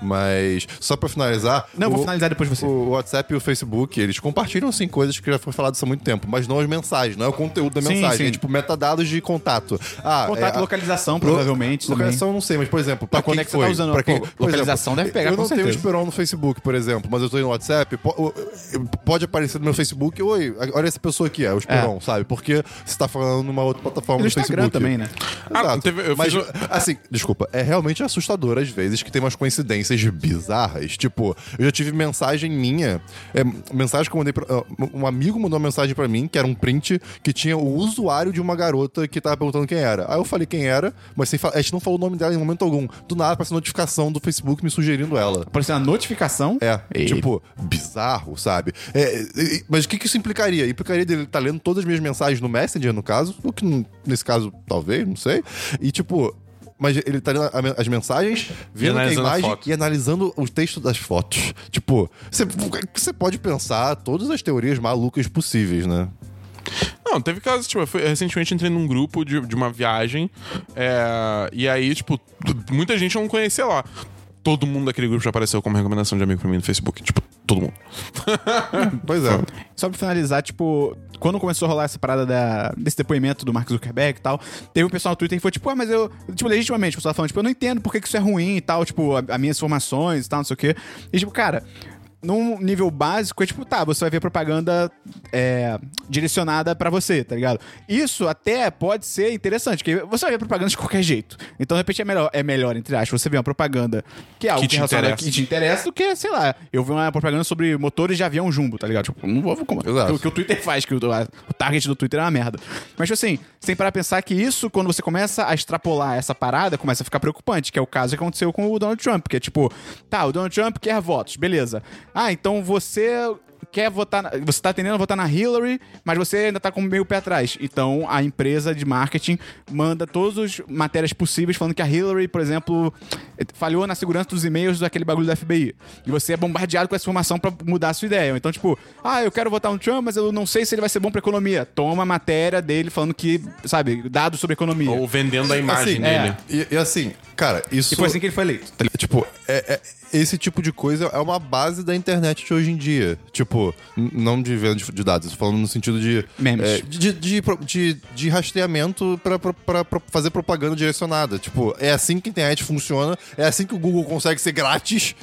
Speaker 2: Mas, só pra finalizar...
Speaker 1: Não, eu vou
Speaker 2: o-
Speaker 1: finalizar depois de você.
Speaker 2: O WhatsApp e o Facebook, eles compartilham, sim, coisas que já foram faladas há muito tempo, mas não as mensagens, não é o conteúdo da
Speaker 1: Sim,
Speaker 2: mensagem,
Speaker 1: sim.
Speaker 2: é tipo metadados de contato. Ah,
Speaker 1: Contato,
Speaker 2: é, a-
Speaker 1: localização, provavelmente.
Speaker 2: Lo-
Speaker 1: também.
Speaker 2: Localização eu não sei, mas por exemplo, pra,
Speaker 1: quando
Speaker 2: quem
Speaker 1: é que você
Speaker 2: foi?
Speaker 1: tá usando?
Speaker 2: Pra quem-
Speaker 1: Pô,
Speaker 2: por
Speaker 1: localização deve pegar,
Speaker 2: Eu
Speaker 1: com
Speaker 2: não tenho
Speaker 1: certeza.
Speaker 2: esperão no Facebook, por exemplo, mas eu tô aí no WhatsApp, po- eu- eu- pode aparecer no meu Facebook, oi, olha essa pessoa aqui, é o esperão, sabe? Porque você tá falando numa outra plataforma
Speaker 1: E
Speaker 2: do
Speaker 1: no Instagram
Speaker 2: Facebook.
Speaker 1: também, né?
Speaker 3: Ah,
Speaker 2: Exato.
Speaker 3: teve- eu
Speaker 2: mas,
Speaker 3: fiz um-
Speaker 2: assim, desculpa, é realmente assustador às vezes que tem umas coincidências bizarras. Tipo, eu já tive mensagem minha, é, mensagem que eu mandei pra, ah, um amigo mandou uma mensagem pra mim, que era um print, que tinha o usuário de uma garota que tava perguntando quem era. Aí eu falei quem era, mas sem fa- a gente não falou o nome dela em momento algum. Do nada apareceu notificação do Facebook me sugerindo ela.
Speaker 1: Apareceu uma notificação.
Speaker 2: É,
Speaker 1: E-
Speaker 2: tipo, bizarro, sabe? É, e- e- mas o que, que isso implicaria? Implicaria dele estar lendo todas as minhas mensagens no Messenger, no caso, o que não- nesse caso, talvez, não sei. E tipo. Mas ele tá lendo a- as mensagens, vendo a
Speaker 3: analisando a
Speaker 2: imagem
Speaker 3: foto.
Speaker 2: e analisando o texto das fotos. Tipo, você- você pode pensar todas as teorias malucas possíveis, né?
Speaker 3: Não, teve casos, tipo, eu fui- recentemente entrei num grupo de, de uma viagem. é, e aí, tipo, t- muita gente eu não conhecia lá. Todo mundo daquele grupo já apareceu como recomendação de amigo pra mim no Facebook. Tipo, todo mundo.
Speaker 2: Pois é.
Speaker 1: Só pra finalizar, tipo, quando começou a rolar essa parada da- desse depoimento do Mark Zuckerberg e tal, teve um pessoal no Twitter que foi tipo, ah, mas eu. Tipo, legitimamente, o pessoal falando, tipo, eu não entendo por que que isso é ruim e tal, tipo, a, as minhas formações e tal, não sei o quê. E, tipo, cara. Num nível básico, é tipo, tá, você vai ver propaganda é, direcionada pra você, tá ligado? Isso até pode ser interessante, porque você vai ver propaganda de qualquer jeito. Então, de repente, é melhor, é melhor entre aspas, você ver uma propaganda que é algo
Speaker 3: Que
Speaker 1: que,
Speaker 3: te
Speaker 1: relaciona-
Speaker 3: interessa.
Speaker 1: que te interessa do que, sei lá, eu vi uma propaganda sobre motores de avião jumbo, tá ligado? Tipo, não vou como.
Speaker 2: Exato.
Speaker 1: O que o Twitter faz, que o, o target do Twitter é uma merda. Mas tipo assim, sem parar pra pensar que isso, quando você começa a extrapolar essa parada, começa a ficar preocupante, que é o caso que aconteceu com o Donald Trump, que é tipo, tá, o Donald Trump quer votos, beleza. Ah, então você quer votar, na- você tá tendendo a votar na Hillary, mas você ainda tá com meio pé atrás. Então a empresa de marketing manda todas as matérias possíveis falando que a Hillary, por exemplo, falhou na segurança dos e-mails daquele bagulho da FBI. E você é bombardeado com essa informação pra mudar a sua ideia. Então, tipo, ah, eu quero votar no Trump, mas eu não sei se ele vai ser bom pra economia. Toma a matéria dele falando que, sabe, dados sobre economia.
Speaker 3: Ou vendendo a imagem
Speaker 2: Assim,
Speaker 3: dele.
Speaker 1: é.
Speaker 2: E, e assim, cara, isso.
Speaker 1: E foi assim que ele foi eleito.
Speaker 2: Tá ligado? Tipo, é- é- esse tipo de coisa é uma base da internet de hoje em dia. Tipo, n- não de venda de, de dados, falando no sentido de.
Speaker 1: Memes.
Speaker 2: é, de, de, pro- de- de rastreamento pra, pra- pra- pra fazer propaganda direcionada. Tipo, é assim que a internet funciona, é assim que o Google consegue ser grátis.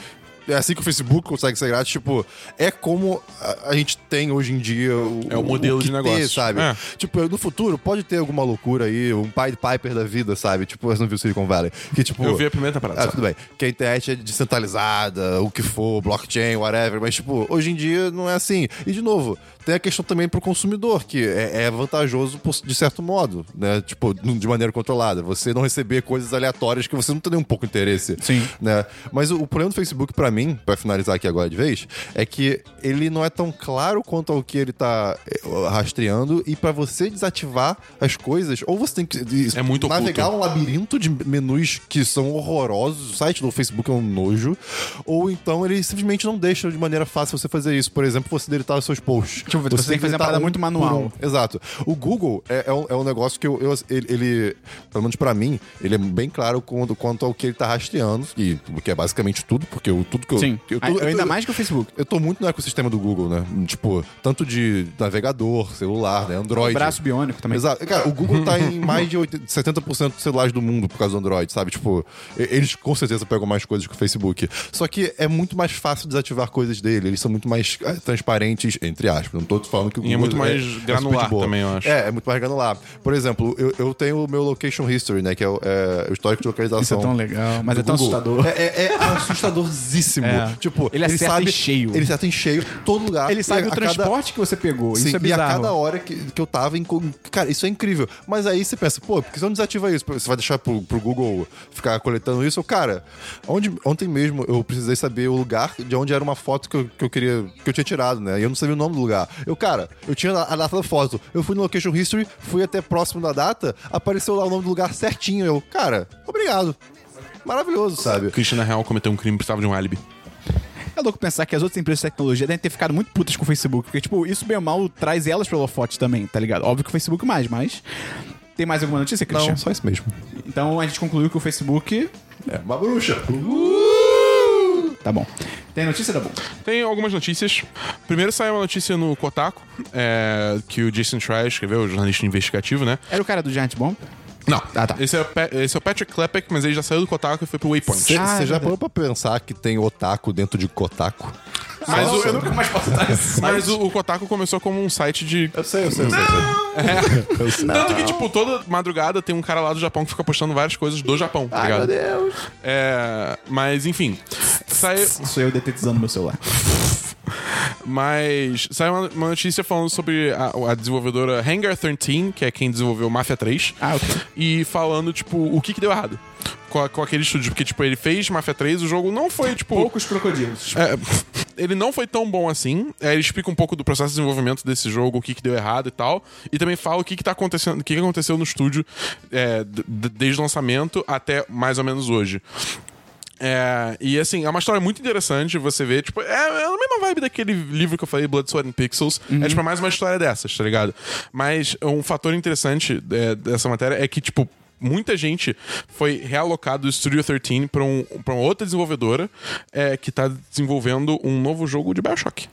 Speaker 2: É assim que o Facebook consegue ser grátis. Tipo, é como a, a gente tem hoje em dia o,
Speaker 3: É o modelo
Speaker 2: que
Speaker 3: de negócio.
Speaker 2: ter, sabe?
Speaker 3: É.
Speaker 2: Tipo, no futuro pode ter alguma loucura aí, um Pied Piper da vida, sabe? Tipo, você não viu Silicon Valley. Que, tipo,
Speaker 3: Eu vi a primeira temporada,
Speaker 2: Ah,
Speaker 3: só.
Speaker 2: tudo bem. Que a internet é descentralizada, o que for, blockchain, whatever. Mas, tipo, hoje em dia não é assim. E, de novo, tem a questão também pro consumidor, que é, é vantajoso por- de certo modo, né? Tipo, de maneira controlada. Você não receber coisas aleatórias que você não tem nem um pouco interesse.
Speaker 1: Sim.
Speaker 2: Né? Mas o, o problema do Facebook, pra mim, pra finalizar aqui agora de vez, é que ele não é tão claro quanto ao que ele tá eh, rastreando. E pra você desativar as coisas, ou você tem que de-
Speaker 3: É muito
Speaker 2: navegar
Speaker 3: oculto.
Speaker 2: um labirinto de menus que são horrorosos. O site do Facebook é um nojo. Ou então ele simplesmente não deixa de maneira fácil você fazer isso. Por exemplo, você deletar os seus posts.
Speaker 1: eu ver, Tipo, você tem que fazer uma
Speaker 2: deletar um
Speaker 1: parada muito
Speaker 2: por
Speaker 1: manual.
Speaker 2: Exato. O Google é, é um, é um negócio que eu, eu- ele, ele, pelo menos pra mim, ele é bem claro quanto, quanto ao que ele tá rastreando, e, que é basicamente tudo, porque eu, tudo que eu.
Speaker 1: Sim.
Speaker 2: eu tô-
Speaker 1: Ah,
Speaker 2: eu tô-
Speaker 1: Ainda mais que o Facebook.
Speaker 2: Eu tô muito no ecossistema do Google, né? Tipo, tanto de navegador, celular, né? Android.
Speaker 1: Braço biônico também.
Speaker 2: Exato. Cara, o Google tá em mais de 80, 70% dos celulares do mundo por causa do Android, sabe? Tipo, e- eles com certeza pegam mais coisas que o Facebook. Só que é muito mais fácil desativar coisas dele. Eles são muito mais eh, transparentes, entre aspas. Não tô falando que o
Speaker 3: E é
Speaker 2: Google
Speaker 3: muito mais
Speaker 2: super de
Speaker 3: granular
Speaker 2: boa.
Speaker 3: também, eu acho.
Speaker 2: É, é muito mais granular. Por exemplo, eu, eu tenho o meu location history, né? Que é o, é o histórico de localização.
Speaker 1: Isso é tão legal, mas
Speaker 2: do
Speaker 1: é tão
Speaker 2: Google.
Speaker 1: assustador.
Speaker 2: É, é- é assustadorzíssimo.
Speaker 1: É.
Speaker 2: Tipo,
Speaker 1: Ele acerta em cheio.
Speaker 2: Ele acerta em cheio, todo lugar.
Speaker 1: Ele sabe
Speaker 2: E
Speaker 1: o
Speaker 2: a cada-
Speaker 1: transporte que você pegou.
Speaker 2: Sim,
Speaker 1: isso é bizarro.
Speaker 2: E a cada hora que, que eu tava em. co- Cara, isso é incrível. Mas aí você pensa, pô, por que você não desativa isso? Você vai deixar pro, pro Google ficar coletando isso? Eu, Cara, onde, ontem mesmo eu precisei saber o lugar de onde era uma foto que eu, que eu queria. que eu tinha tirado, né? E eu não sabia o nome do lugar. Eu, cara, eu tinha a data da foto. Eu fui no Location History, fui até próximo da data, apareceu lá o nome do lugar certinho. Eu, cara, obrigado. Maravilhoso, sabe?
Speaker 3: Cristina Real cometeu um crime, precisava de um álibi.
Speaker 1: É louco pensar que as outras empresas de tecnologia devem ter ficado muito putas com o Facebook, porque, tipo, isso bem ou mal traz elas pro holofote também, tá ligado? Óbvio que o Facebook mais, mas... Tem mais alguma notícia, Christian?
Speaker 2: Não, só isso mesmo.
Speaker 1: Então a gente concluiu que o Facebook...
Speaker 2: É uma bruxa. Uh!
Speaker 1: Tá bom. Tem notícia, da bom?
Speaker 3: Tem algumas notícias. Primeiro saiu uma notícia no Kotaku, é, que o Jason Schreier escreveu, jornalista investigativo, né?
Speaker 1: Era o cara do Giant Bomb?
Speaker 3: Não,
Speaker 1: Ah, tá.
Speaker 3: esse, é o Pe- esse é o Patrick Klepek, mas ele já saiu do Kotaku e foi pro Waypoint.
Speaker 2: Você
Speaker 1: Ah, é
Speaker 2: já
Speaker 1: verdade.
Speaker 2: parou pra pensar que tem otaku dentro de Kotaku?
Speaker 3: Mas, o,
Speaker 1: nunca mais posso dar isso.
Speaker 3: mas o- o Kotaku começou como um site de
Speaker 2: Eu sei, eu sei, eu sei. Eu sei.
Speaker 3: Tanto que, tipo, toda madrugada tem um cara lá do Japão que fica postando várias coisas do Japão, tá ligado?
Speaker 2: Deus.
Speaker 3: É, mas, enfim. Saiu,
Speaker 1: Sou eu detetizando meu celular.
Speaker 3: mas saiu uma, uma notícia falando sobre a, a desenvolvedora Hangar 13, que é quem desenvolveu Mafia 3.
Speaker 1: Ah, ok.
Speaker 3: E falando, tipo, o que, que deu errado com, a- com aquele estúdio. Porque, tipo, ele fez Mafia 3, o jogo não foi, tipo.
Speaker 1: Poucos crocodilos.
Speaker 3: É, ele não foi tão bom assim. É, ele explica um pouco do processo de desenvolvimento desse jogo, o que, que deu errado e tal. E também fala o que, que tá acontecendo, o que, que aconteceu no estúdio é, d- d- desde o lançamento até mais ou menos hoje. É, e assim, é uma história muito interessante você vê, tipo, é, é a mesma vibe daquele livro que eu falei, Blood, Sweat and Pixels. É tipo mais uma história dessas, tá ligado? Mas um fator interessante é, dessa matéria é que, tipo, muita gente foi realocado do Studio 13 pra, um, pra uma outra desenvolvedora é, que tá desenvolvendo um novo jogo de Bioshock.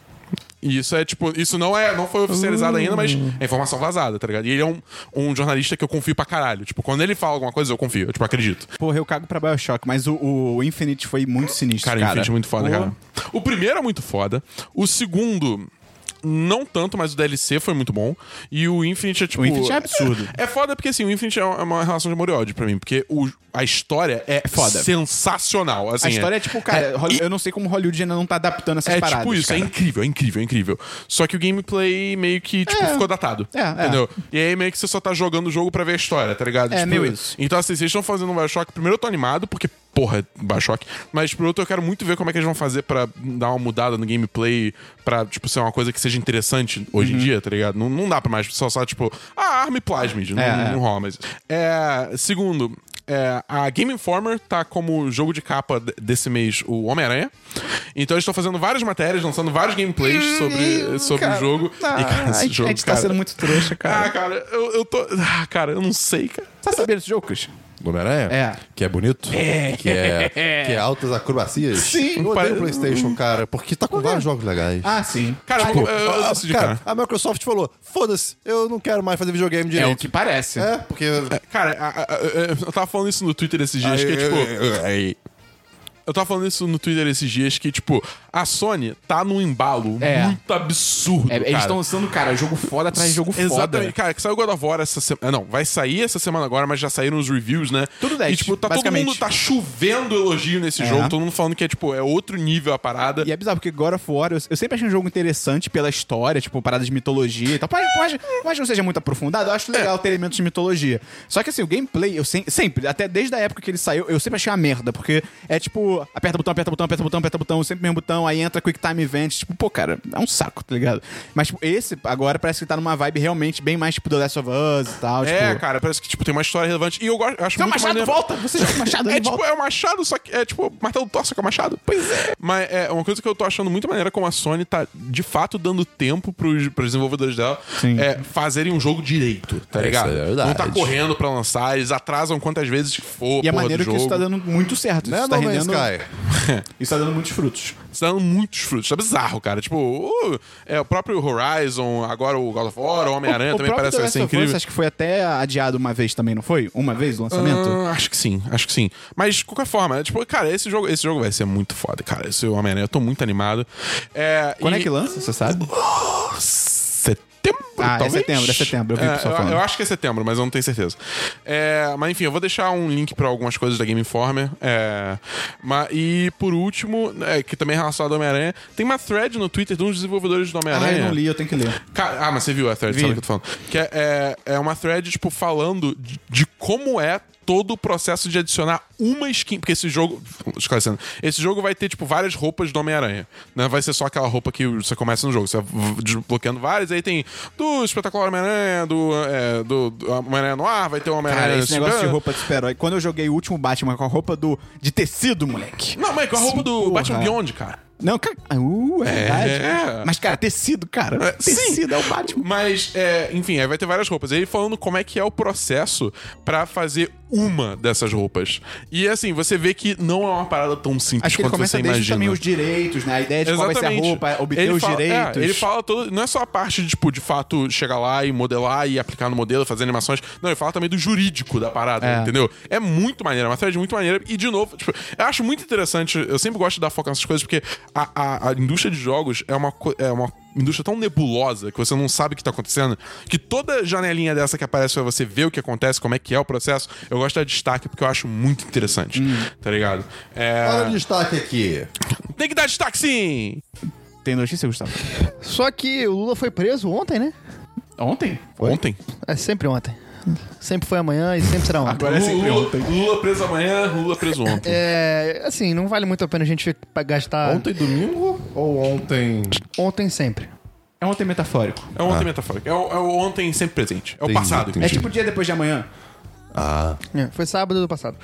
Speaker 3: E isso é tipo, isso não é, não foi oficializado ainda, mas é informação vazada, tá ligado? E ele é um, um jornalista que eu confio pra caralho. Tipo, quando ele fala alguma coisa, eu confio, eu tipo, acredito.
Speaker 1: Porra, eu cago pra Bioshock, mas o, o Infinite foi muito sinistro,
Speaker 3: Cara,
Speaker 1: cara.
Speaker 3: Infinity é muito foda,
Speaker 1: Porra.
Speaker 3: cara. O primeiro é muito foda. O segundo. Não tanto, mas o DLC foi muito bom. E o Infinite é tipo.
Speaker 1: O Infinity é absurdo.
Speaker 3: É foda porque assim, o Infinite é uma- é uma relação de amor e ódio pra mim. Porque o, a história é,
Speaker 1: É foda.
Speaker 3: sensacional. assim,
Speaker 1: A história é tipo, cara, Holly- eu não sei como Hollywood ainda não tá adaptando essas
Speaker 3: é
Speaker 1: paradas.
Speaker 3: tipo isso,
Speaker 1: cara.
Speaker 3: é incrível, é incrível, é incrível. Só que o gameplay meio que tipo,
Speaker 1: É.
Speaker 3: ficou datado.
Speaker 1: É, é.
Speaker 3: entendeu? E aí meio que você só tá jogando o jogo pra ver a história, tá ligado?
Speaker 1: É,
Speaker 3: Tipo,
Speaker 1: meio isso.
Speaker 3: Então, assim, vocês estão fazendo um Bioshock. Primeiro eu tô animado, porque, porra, é Bioshock. Mas por outro, eu quero muito ver como é que eles vão fazer pra dar uma mudada no gameplay, pra, tipo, ser uma coisa que seja interessante hoje
Speaker 1: Uhum.
Speaker 3: em dia, tá ligado? Não, não dá pra mais só, só tipo, ah, arma e plasmid. Não,
Speaker 1: É, é.
Speaker 3: não rola mais. É, segundo. é, a Game Informer tá como jogo de capa de- desse mês o Homem-Aranha. Então eles estão fazendo várias matérias, lançando vários gameplays sobre, sobre o jogo.
Speaker 1: Ah,
Speaker 3: e, cara,
Speaker 1: a
Speaker 3: esse
Speaker 1: gente-
Speaker 3: jogo,
Speaker 1: a gente
Speaker 3: cara-
Speaker 1: tá sendo muito trouxa, cara.
Speaker 3: Ah, cara, eu, eu tô. Ah, cara, eu não sei, cara.
Speaker 1: Tá sabendo desse jogo, Christian?
Speaker 2: Homem-Aranha?
Speaker 1: É.
Speaker 2: Que é bonito? É. Que é, que é altas acrobacias?
Speaker 1: Sim.
Speaker 2: Eu
Speaker 3: Pare-
Speaker 2: odeio o PlayStation, cara, porque tá com vários jogos legais.
Speaker 1: Ah, sim.
Speaker 3: Cara, eu- eu, eu,
Speaker 2: Ah,
Speaker 3: decidi,
Speaker 2: cara,
Speaker 3: Tipo, cara.
Speaker 2: a Microsoft falou: foda-se, eu não quero mais fazer videogame
Speaker 1: É o
Speaker 2: direito.
Speaker 1: que parece.
Speaker 2: É, porque.
Speaker 1: é,
Speaker 3: Cara, a- a- a- Ah, eu tava falando isso no Twitter esses dias,
Speaker 2: Acho
Speaker 3: que é tipo. Eu tava falando isso no Twitter esses dias que, tipo, a Sony tá num embalo
Speaker 1: É.
Speaker 3: muito absurdo.
Speaker 1: É, eles
Speaker 3: cara.
Speaker 1: estão lançando, cara, jogo foda atrás de jogo foda.
Speaker 3: Exatamente, cara, que saiu God of War essa semana. Não, vai sair essa semana agora, mas já saíram os reviews, né?
Speaker 1: Tudo 10,
Speaker 3: E, tipo, tá todo
Speaker 1: basicamente.
Speaker 3: mundo tá chovendo elogio nesse
Speaker 1: É.
Speaker 3: jogo, todo mundo falando que é, tipo, é outro nível a parada.
Speaker 1: E é bizarro, porque God of War, eu, eu sempre achei um jogo interessante pela história, tipo, parada de mitologia e tal. Mas, mas, mas não seja muito aprofundado, eu acho
Speaker 3: É.
Speaker 1: legal ter elementos de mitologia. Só que assim, o gameplay, eu sem- sempre, até desde a época que ele saiu, eu sempre achei uma merda, porque é tipo, aperta botão, aperta botão, aperta botão, aperta botão, sempre o mesmo botão, aí entra Quick Time Event, tipo, pô, cara, é um saco, tá ligado? Mas, tipo, esse agora parece que tá numa vibe realmente bem mais, tipo, The Last of Us e tal,
Speaker 3: É,
Speaker 1: tipo...
Speaker 3: cara, parece que tipo, tem uma história relevante. E eu gosto. eu Acho
Speaker 1: Então,
Speaker 3: muito
Speaker 1: Machado,
Speaker 3: maneiro.
Speaker 1: volta! Você joga o Machado,
Speaker 3: É
Speaker 1: ele
Speaker 3: tipo,
Speaker 1: volta.
Speaker 3: é o Machado, só que é tipo martelo torce com o Machado. Pois é. Mas é uma coisa que eu tô achando muito maneira como a Sony tá de fato dando tempo pros, pros desenvolvedores dela
Speaker 1: Sim.
Speaker 3: é, fazerem um jogo direito, tá
Speaker 5: Essa
Speaker 3: ligado?
Speaker 5: é a verdade.
Speaker 3: Não tá correndo pra lançar, eles atrasam quantas vezes for.
Speaker 1: E é
Speaker 3: porra
Speaker 1: maneiro
Speaker 3: do
Speaker 1: que isso
Speaker 3: jogo.
Speaker 1: tá dando muito certo.
Speaker 2: Né,
Speaker 1: Isso tá,
Speaker 2: No Man's
Speaker 1: rendendo,
Speaker 2: Sky?
Speaker 1: isso tá dando muitos frutos.
Speaker 3: Tá dando muitos frutos. Tá bizarro, cara. Tipo, o, é, o próprio Horizon, agora o God of War, o Homem-Aranha É, também
Speaker 1: próprio
Speaker 3: parece
Speaker 1: The Last
Speaker 3: que vai ser
Speaker 1: of Us, é
Speaker 3: incrível.
Speaker 1: acho que foi até adiado uma vez também, não foi? Uma vez o lançamento?
Speaker 3: Ah, acho que sim, acho que sim. Mas, de qualquer forma, é, tipo, cara, esse jogo, esse jogo vai ser muito foda, cara. Esse Homem-Aranha, eu tô muito animado. É,
Speaker 1: Quando
Speaker 3: e- Ah,
Speaker 1: é que lança, você sabe?
Speaker 3: Setembro,
Speaker 1: Ah, é
Speaker 3: talvez?
Speaker 1: setembro, é setembro, eu vi o pessoal
Speaker 3: eu,
Speaker 1: falando.
Speaker 3: eu acho que é setembro, mas eu não tenho certeza. É, mas enfim, eu vou deixar um link pra algumas coisas da Game Informer. É, ma- e por último, é, que também é relacionado ao Homem-Aranha, tem uma thread no Twitter de uns desenvolvedores do
Speaker 1: Ah,
Speaker 3: Homem-Aranha.
Speaker 1: eu não li, eu tenho que ler.
Speaker 3: Ca- Ah, mas você viu a thread,
Speaker 1: Vi.
Speaker 3: sabe o que eu tô falando? Que é, é, é uma thread, tipo, falando de, de como é todo o processo de adicionar uma skin. Porque esse jogo. Esclarecendo. Esse jogo vai ter, tipo, várias roupas do Homem-Aranha. Não vai ser só aquela roupa que você começa no jogo. Você vai v- desbloqueando várias. Aí tem do espetacular Homem-Aranha, do, é, do, do Homem-Aranha no ar, vai ter o Homem-Aranha.
Speaker 1: Cara, esse negócio de
Speaker 3: super-
Speaker 1: roupa de super-herói. Quando eu joguei o último Batman com a roupa do de tecido, moleque.
Speaker 3: Não, mas com a roupa do
Speaker 1: Porra.
Speaker 3: Batman Beyond, cara.
Speaker 1: Não, cara. ah, Uh, é, verdade. Mas, cara, tecido, cara.
Speaker 3: É, sim.
Speaker 1: tecido é o Batman.
Speaker 3: Mas, é, enfim, aí vai ter várias roupas. Aí falando como é que é o processo pra fazer uma dessas roupas. E assim, você vê que não é uma parada tão simples
Speaker 1: Acho que ele
Speaker 3: quanto
Speaker 1: começa
Speaker 3: você
Speaker 1: desde
Speaker 3: imagina.
Speaker 1: também os direitos, né? A ideia de qual vai ser a roupa, obter
Speaker 3: Ele
Speaker 1: os
Speaker 3: fala- é,
Speaker 1: direitos.
Speaker 3: ele fala todo. Não é só a parte de, tipo, de fato, chegar lá e modelar e aplicar no modelo, fazer animações. Não, ele fala também do jurídico da parada,
Speaker 1: É.
Speaker 3: entendeu? É muito maneiro, é uma thread muito maneira. E, de novo, tipo, eu acho muito interessante. Eu sempre gosto de dar foco nessas coisas, porque a, a- a indústria de jogos é uma. co- É uma indústria tão nebulosa que você não sabe o que tá acontecendo, que toda janelinha dessa que aparece pra você ver o que acontece, como é que é o processo, eu gosto de dar destaque porque eu acho muito interessante,
Speaker 1: Hum.
Speaker 3: tá ligado? É,
Speaker 2: Olha o destaque aqui.
Speaker 3: Tem que dar destaque sim!
Speaker 1: Tem notícia, Gustavo?
Speaker 4: Só que o Lula foi preso ontem, né?
Speaker 1: Ontem?
Speaker 3: Ontem?
Speaker 4: É sempre ontem. Sempre foi amanhã e sempre será ontem.
Speaker 1: Agora é sempre
Speaker 3: Lula,
Speaker 1: ontem.
Speaker 3: Lula preso amanhã, Lula preso ontem.
Speaker 4: É, assim, não vale muito a pena a gente ficar- pra
Speaker 1: Ah.
Speaker 4: gastar ontem,
Speaker 2: Ontem domingo ou ontem.
Speaker 4: sempre.
Speaker 1: É ontem metafórico.
Speaker 3: É o ontem metafórico. É o, é o ontem sempre presente. É o
Speaker 2: Entendi,
Speaker 3: passado.
Speaker 2: entendi.
Speaker 1: É tipo o dia depois de amanhã.
Speaker 4: É, foi sábado do passado.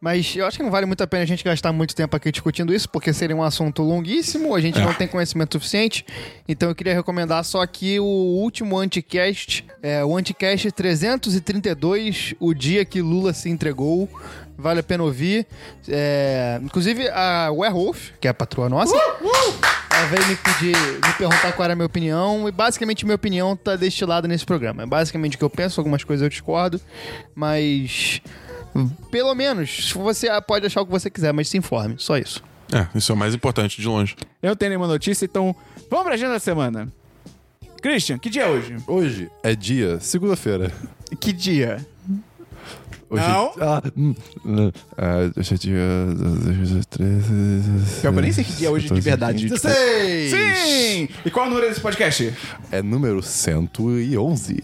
Speaker 4: Mas eu acho que não vale muito a pena a gente gastar muito tempo aqui discutindo isso, porque seria um assunto longuíssimo, a gente não tem conhecimento suficiente. Então eu queria recomendar só que o último anticast, é, o anticast 332, o dia que Lula se entregou. Vale a pena ouvir. É, inclusive, a Werewolf, que é a patroa nossa, Ela veio me pedir, me perguntar qual era a minha opinião, e basicamente minha opinião tá destilada nesse programa. É basicamente o que eu penso, algumas coisas eu discordo, mas. Pelo menos, você pode achar o que você quiser, mas se informe, só isso.
Speaker 3: É, isso é o mais importante de longe.
Speaker 1: Eu não tenho nenhuma notícia, então vamos pra agenda da semana. Christian, que dia é hoje?
Speaker 2: Hoje é dia, segunda-feira.
Speaker 1: Que dia?
Speaker 2: Hoje
Speaker 1: Não.
Speaker 2: É, ah, hum, hum, ah, hoje é dia.
Speaker 1: Pior que eu nem sei que dia é hoje de verdade.
Speaker 2: tipo, 16!
Speaker 1: Sim! E qual é o número desse podcast?
Speaker 2: É número 111.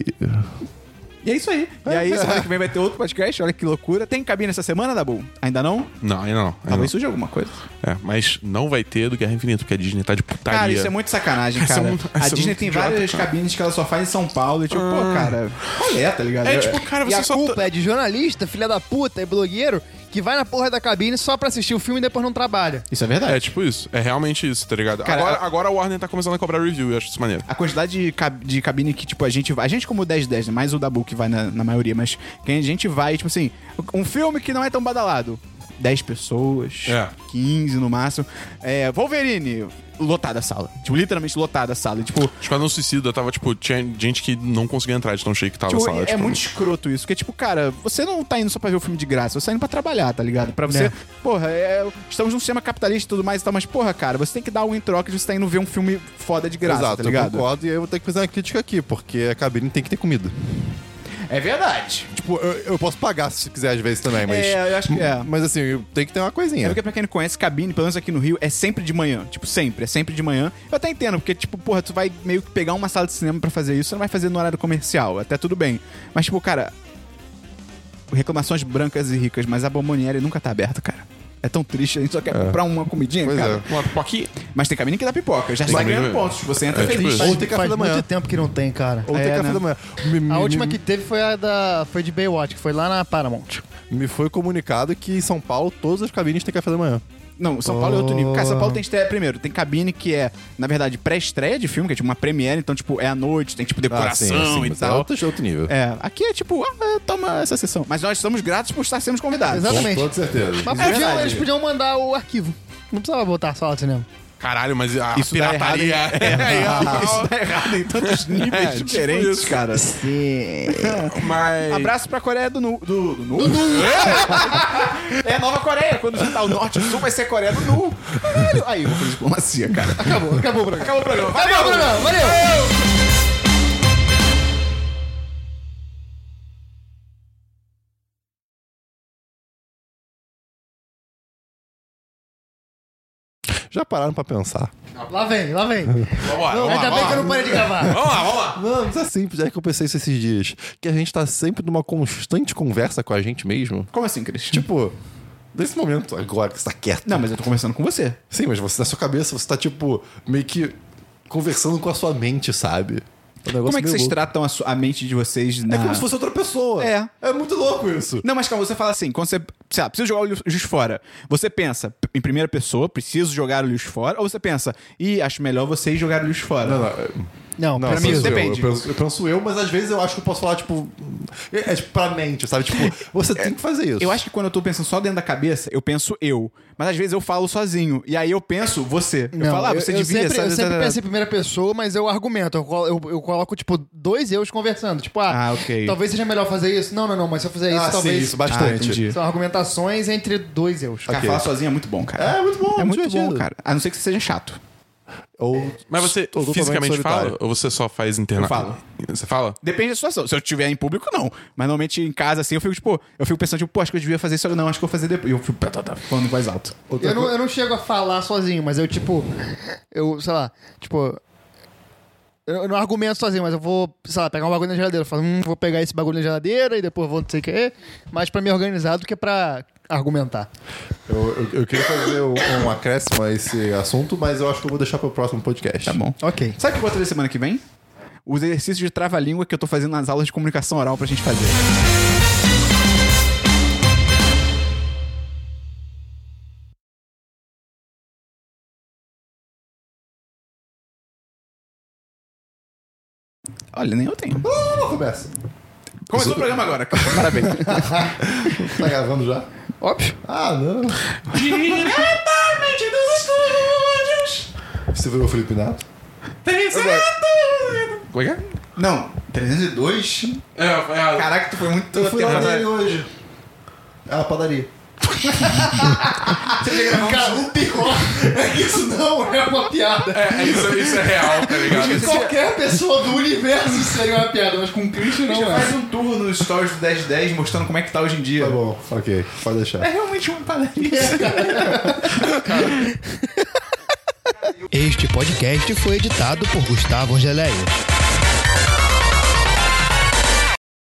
Speaker 1: E é isso aí. E aí, semana que vem vai ter outro podcast, olha que loucura. Tem cabine essa semana, Dabu? Ainda não?
Speaker 3: Não, ainda não. Ainda não.
Speaker 1: Talvez surja alguma coisa.
Speaker 3: É, mas não vai ter do Guerra Infinita, porque a Disney tá de putaria.
Speaker 1: Cara, isso é muito sacanagem,
Speaker 3: Essa é
Speaker 1: cara.
Speaker 3: muito- essa
Speaker 1: a
Speaker 3: é
Speaker 1: Disney
Speaker 3: muito
Speaker 1: tem
Speaker 3: idiota,
Speaker 1: várias
Speaker 3: cara. Ah.
Speaker 1: cabines que ela só faz em São Paulo. E tipo, pô, cara, qual é, tá ligado?
Speaker 3: É tipo, cara,
Speaker 4: e
Speaker 3: você
Speaker 4: a
Speaker 3: só.
Speaker 4: culpa
Speaker 3: tá-
Speaker 4: é de jornalista, filha da puta e blogueiro que vai na porra da cabine só pra assistir o filme e depois não trabalha.
Speaker 1: Isso é verdade.
Speaker 3: É tipo isso. É realmente isso, tá ligado?
Speaker 1: Cara,
Speaker 3: agora,
Speaker 1: a-
Speaker 3: agora a Warner tá começando a cobrar review, eu acho isso maneiro.
Speaker 1: A quantidade de, cab- de cabine que, tipo, a gente vai. A gente, como o 1010, né? mais o Dabu que vai na, na maioria, mas quem a gente vai, tipo assim, um filme que não é tão badalado. 10 pessoas,
Speaker 3: É.
Speaker 1: 15 no máximo. É, Wolverine, lotada a sala. Tipo, literalmente lotada a sala. Tipo,
Speaker 3: Esquadrão Suicida tava, tipo, tinha gente que não conseguia entrar de tão cheio que tava
Speaker 1: Tipo,
Speaker 3: a sala.
Speaker 1: é
Speaker 3: tipo,
Speaker 1: muito escroto isso, porque, tipo, cara, você não tá indo só pra ver o filme de graça, você tá indo pra trabalhar, tá ligado? Pra você. Porra, é- estamos num sistema capitalista e tudo mais e tal, mas, porra, cara, você tem que dar algo em troca de você tá indo ver um filme foda de graça,
Speaker 2: Exato,
Speaker 1: tá ligado?
Speaker 2: eu concordo e aí eu vou ter que fazer uma crítica aqui, porque a cabine tem que ter comida.
Speaker 1: É verdade.
Speaker 2: Tipo, eu, eu posso pagar se quiser às vezes também, mas.
Speaker 1: É, eu acho que é.
Speaker 2: Mas assim, tem que ter uma
Speaker 1: É
Speaker 2: coisinha.
Speaker 1: porque pra quem não conhece, cabine, pelo menos aqui no Rio, é sempre de manhã. Tipo, sempre. É sempre de manhã. Eu até entendo, porque, tipo, porra, tu vai meio que pegar uma sala de cinema pra fazer isso, você não vai fazer no horário comercial. Até tudo bem. Mas, tipo, cara... Reclamações brancas e ricas, mas a Bomboniere nunca tá aberta, cara. É tão triste, a gente só quer comprar uma comidinha,
Speaker 2: Pois
Speaker 1: cara.
Speaker 3: Uma pipoquinha.
Speaker 1: Mas tem cabine que dá pipoca. Já está
Speaker 3: cabine-
Speaker 1: ganhando pontos. Você entra
Speaker 3: É, tipo
Speaker 1: feliz.
Speaker 3: isso.
Speaker 2: Ou tem café
Speaker 4: Faz
Speaker 2: da manhã.
Speaker 4: muito tempo que não tem, cara.
Speaker 2: Ou tem
Speaker 1: É,
Speaker 2: café
Speaker 1: né?
Speaker 2: da manhã. Me- me-
Speaker 4: A última
Speaker 2: me-
Speaker 4: que teve foi a da. Foi de Baywatch, que foi lá na Paramount.
Speaker 2: Me foi comunicado que em São Paulo todas as cabines têm café da manhã.
Speaker 1: Não, São Paulo é outro nível. Cara, São Paulo tem estreia primeiro. Tem cabine que é, na verdade, pré-estreia de filme, que é tipo uma premiere, então, tipo, é à noite, tem tipo decoração e
Speaker 2: mas é
Speaker 1: tal.
Speaker 2: outro, é outro nível.
Speaker 1: É, aqui é tipo, ah, é, toma essa sessão. Mas nós estamos gratos por estar sendo convidados.
Speaker 4: Exato.
Speaker 2: Com
Speaker 4: exatamente.
Speaker 2: toda certeza.
Speaker 4: Mas
Speaker 1: É
Speaker 4: podiam-
Speaker 1: verdade.
Speaker 4: eles podiam mandar o arquivo. Não precisava botar a sala de cinema.
Speaker 3: Caralho, mas a
Speaker 1: Isso dá
Speaker 3: pirataria.
Speaker 1: É,
Speaker 3: é
Speaker 1: Isso tá errado em tantos níveis
Speaker 3: tipo
Speaker 1: diferentes,
Speaker 3: isso.
Speaker 1: cara.
Speaker 3: mas.
Speaker 1: Abraço pra Coreia do Nu. Do, do Nu? é Nova Coreia. Quando juntar o Norte e o Sul, vai ser Coreia do Nu. Caralho. Aí, eu fiz diplomacia, cara.
Speaker 4: Acabou, acabou o programa.
Speaker 1: Acabou o programa. Valeu,
Speaker 4: Acabou o programa, valeu!
Speaker 2: Já pararam pra pensar?
Speaker 4: Lá vem, lá vem.
Speaker 3: Vambora,
Speaker 4: Não,
Speaker 3: vambora,
Speaker 4: ainda bem que eu
Speaker 3: vambora.
Speaker 4: não parei de gravar.
Speaker 3: Vamos lá, vamos lá.
Speaker 2: Não, mas é simples, é que eu pensei isso esses dias. Que a gente tá sempre numa constante conversa com a gente mesmo.
Speaker 1: Como assim, Cris?
Speaker 2: Tipo, nesse momento, agora que você tá quieto.
Speaker 1: Não, mas eu tô conversando com você.
Speaker 2: Sim, mas você na sua cabeça, você tá tipo, meio que conversando com a sua mente, sabe? É um negócio
Speaker 1: Como é que
Speaker 2: meio
Speaker 1: vocês
Speaker 2: louco.
Speaker 1: tratam a, su- a mente de vocês na...
Speaker 2: É como se fosse outra pessoa.
Speaker 1: É.
Speaker 2: É muito louco isso.
Speaker 1: Não, mas calma, você fala assim, quando você, sei lá, preciso jogar o lixo lixo fora. Você pensa p- em primeira pessoa, preciso jogar o lixo fora, ou você pensa, ih, acho melhor vocês jogar o lixo fora.
Speaker 2: Não, não,
Speaker 4: Não,
Speaker 2: Não,
Speaker 4: pra
Speaker 2: eu
Speaker 4: mim.
Speaker 2: penso eu,
Speaker 1: depende.
Speaker 2: Eu, penso, eu penso eu, mas às vezes eu acho que eu posso falar, tipo. É, é tipo pra mente, sabe? Tipo, você tem que fazer isso.
Speaker 1: Eu acho que quando eu tô pensando só dentro da cabeça, eu penso eu. Mas às vezes eu falo sozinho. E aí eu penso você. eu
Speaker 4: não,
Speaker 1: falo, ah, você
Speaker 4: eu,
Speaker 1: devia...
Speaker 4: eu sempre,
Speaker 1: sabe, tá.
Speaker 4: eu sempre
Speaker 1: sabe,
Speaker 4: pensei em primeira pessoa, mas eu argumento. Eu, colo- eu- eu coloco, tipo, dois eus conversando. Tipo, ah,
Speaker 1: Ah, ok.
Speaker 4: talvez seja melhor fazer isso. Não, não, não, mas se eu fizer isso,
Speaker 2: Ah,
Speaker 4: talvez.
Speaker 2: sim, isso bastante.
Speaker 1: Ah, entendi.
Speaker 4: São argumentações entre dois eus.
Speaker 1: Cara, falar sozinho é muito bom, cara.
Speaker 2: É muito bom,
Speaker 1: É muito
Speaker 2: divertido.
Speaker 1: bom, cara. A não ser que você seja chato.
Speaker 2: Ou
Speaker 3: Mas você
Speaker 2: ou totalmente
Speaker 3: fisicamente
Speaker 2: solitário.
Speaker 3: fala ou você só faz
Speaker 1: Eu
Speaker 3: internet?
Speaker 1: falo.
Speaker 3: Você fala?
Speaker 1: Depende da situação. Se eu estiver em público, não. Mas normalmente em casa, assim, eu fico, tipo, eu fico pensando, tipo, pô, acho que eu devia fazer isso. Não, acho que eu vou fazer depois. E eu fico tá, tá, tá, falando em voz alta.
Speaker 2: Outra
Speaker 4: Eu não,
Speaker 2: coisa-
Speaker 4: eu não chego a falar sozinho, mas eu, tipo. Eu, sei lá, tipo. Eu eu não argumento sozinho, mas eu vou, sei lá, pegar um bagulho na geladeira. Eu falo, hum, vou pegar esse bagulho na geladeira e depois vou não sei o quê. Mais pra me organizar do que é pra argumentar.
Speaker 2: Eu, eu- eu queria fazer um, um acréscimo a esse assunto, mas eu acho que eu vou deixar pro próximo podcast.
Speaker 1: Tá bom.
Speaker 4: Ok.
Speaker 1: Sabe o que eu vou trazer semana que vem? Os exercícios de trava-língua que eu tô fazendo nas aulas de comunicação oral pra gente fazer. Olha, nem eu tenho.
Speaker 2: Então começa.
Speaker 1: Começou o programa agora. cara. Parabéns.
Speaker 2: Tá gravando já?
Speaker 4: Óbvio.
Speaker 2: Ah, não.
Speaker 3: Diretamente dos estúdios!
Speaker 2: Você viu o Felipe Neto?
Speaker 3: Como é que é?
Speaker 1: Não, 302?
Speaker 3: É, é,
Speaker 1: Caraca, tu foi muito...
Speaker 2: Eu fui lá
Speaker 1: tempo.
Speaker 2: dele hoje. É uma padaria.
Speaker 4: Cara, o pior é que isso não é uma piada.
Speaker 3: é, isso, isso é real, tá ligado? Isso-
Speaker 4: Qualquer pessoa do universo seria uma piada, mas com o Christian não é.
Speaker 1: Faz um tour nos stories do 1010 mostrando como é que tá hoje em dia.
Speaker 2: Tá bom, É, ok. Pode deixar.
Speaker 1: É realmente uma padaria.
Speaker 4: é. Este podcast foi editado por Gustavo Angeléia.